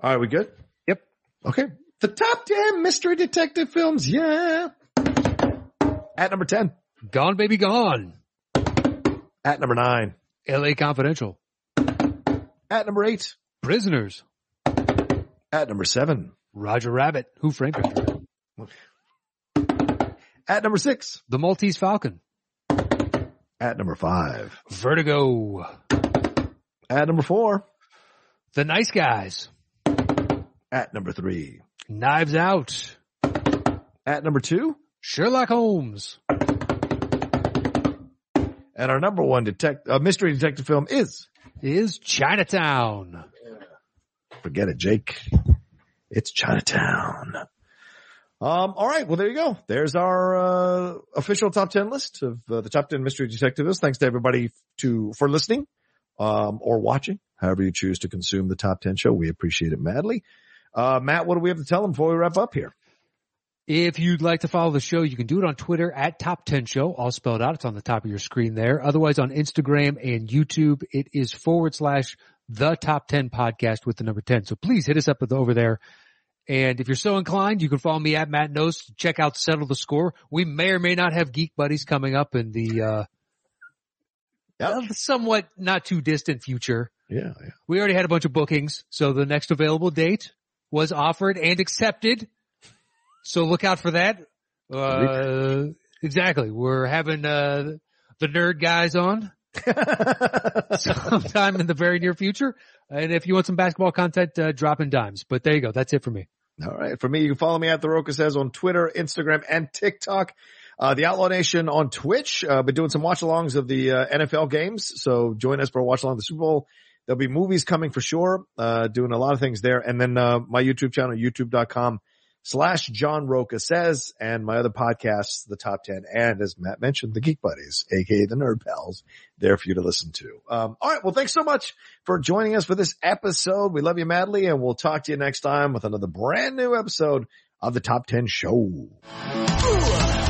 S1: All right, we good?
S2: Yep.
S1: Okay, the top ten mystery detective films. Yeah. At number ten,
S2: Gone Baby Gone.
S1: at number nine,
S2: LA Confidential.
S1: at number eight,
S2: Prisoners.
S1: at number seven,
S2: Roger Rabbit. Who framed Roger?
S1: at number six,
S2: The Maltese Falcon.
S1: at number five,
S2: Vertigo.
S1: at number four,
S2: The Nice Guys.
S1: at number three,
S2: Knives Out.
S1: at number two,
S2: Sherlock Holmes.
S1: and our number one detect uh, mystery detective film is
S2: Is Chinatown.
S1: Forget it, Jake. It's Chinatown. Um, all right. Well, there you go. There's our uh, official top ten list of uh, the top ten mystery detective list. Thanks to everybody to for listening um, or watching, however you choose to consume the top ten show. We appreciate it madly. Uh, Matt, what do we have to tell them before we wrap up here?
S2: If you'd like to follow the show, you can do it on Twitter at Top 10 Show, all spelled out. It's on the top of your screen there. Otherwise on Instagram and YouTube, it is forward slash the top 10 podcast with the number 10. So please hit us up with over there. And if you're so inclined, you can follow me at Matt Nose. Check out Settle the Score. We may or may not have Geek Buddies coming up in the uh,
S1: Yep.
S2: somewhat not too distant future.
S1: Yeah.
S2: We already had a bunch of bookings, so the next available date was offered and accepted. So look out for that. Uh, exactly. We're having uh, the nerd guys on
S1: yeah.
S2: sometime in the very near future. And if you want some basketball content, uh, drop in dimes. But there you go. That's it for me.
S1: All right. For me, you can follow me at The Roca Says on Twitter, Instagram, and TikTok. Uh, the Outlaw Nation on Twitch. Uh, been doing some watch alongs of the uh, NFL games. So join us for a watch along of the Super Bowl. There'll be movies coming for sure. Uh, doing a lot of things there. And then, uh, my YouTube channel, youtube.com slash John Roca Says and my other podcasts, The Top 10. And as Matt mentioned, The Geek Buddies, aka The Nerd Pals, there for you to listen to. Um, all right. Well, thanks so much for joining us for this episode. We love you madly and we'll talk to you next time with another brand new episode of the top 10 show.
S4: Ooh.